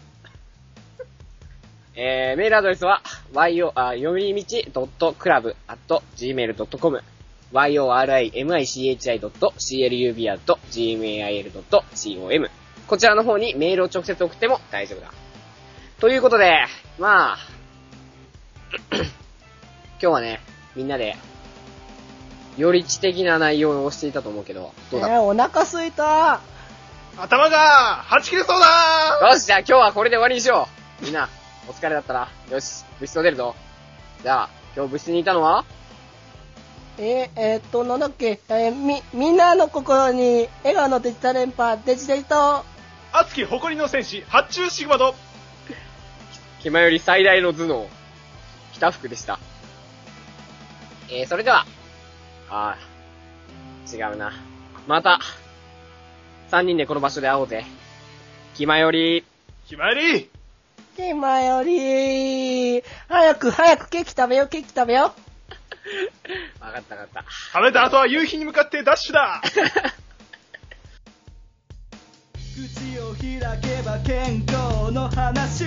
[SPEAKER 2] えー、メールアドレスは、yo, あ、よりみち .club.gmail.com yorimichi.club.gmail.com こちらの方にメールを直接送っても大丈夫だ。ということで、まあ、 今日はね、みんなで、より知的な内容をしていたと思うけど、どうだ
[SPEAKER 1] えーお腹すいた。
[SPEAKER 4] 頭がはち切れそうだ
[SPEAKER 2] よし、じゃあ今日はこれで終わりにしよう。みんな、お疲れだったな。よし、部室を出るぞ。じゃあ、今日部室にいたのは
[SPEAKER 1] えーえーっと、なんだっけ、えーみ、みんなの心に、笑顔のデジタル連覇、デジデジと、
[SPEAKER 4] 熱き誇りの戦士、発注シグマド
[SPEAKER 2] 気まより最大の頭脳、北福でした。えー、それでは、あー、違うな。また、三人でこの場所で会おうぜ。気まより、
[SPEAKER 4] ひまわり
[SPEAKER 1] 今より、早く早くケーキ食べよう、ケーキ食べよう。
[SPEAKER 2] わかったわかった。
[SPEAKER 4] 食べた後は夕日に向かってダッシュだ
[SPEAKER 6] 口を開けば健康の話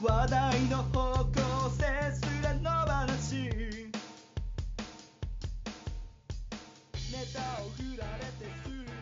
[SPEAKER 6] 話題の方向性すらの話ネタを振られてすぐ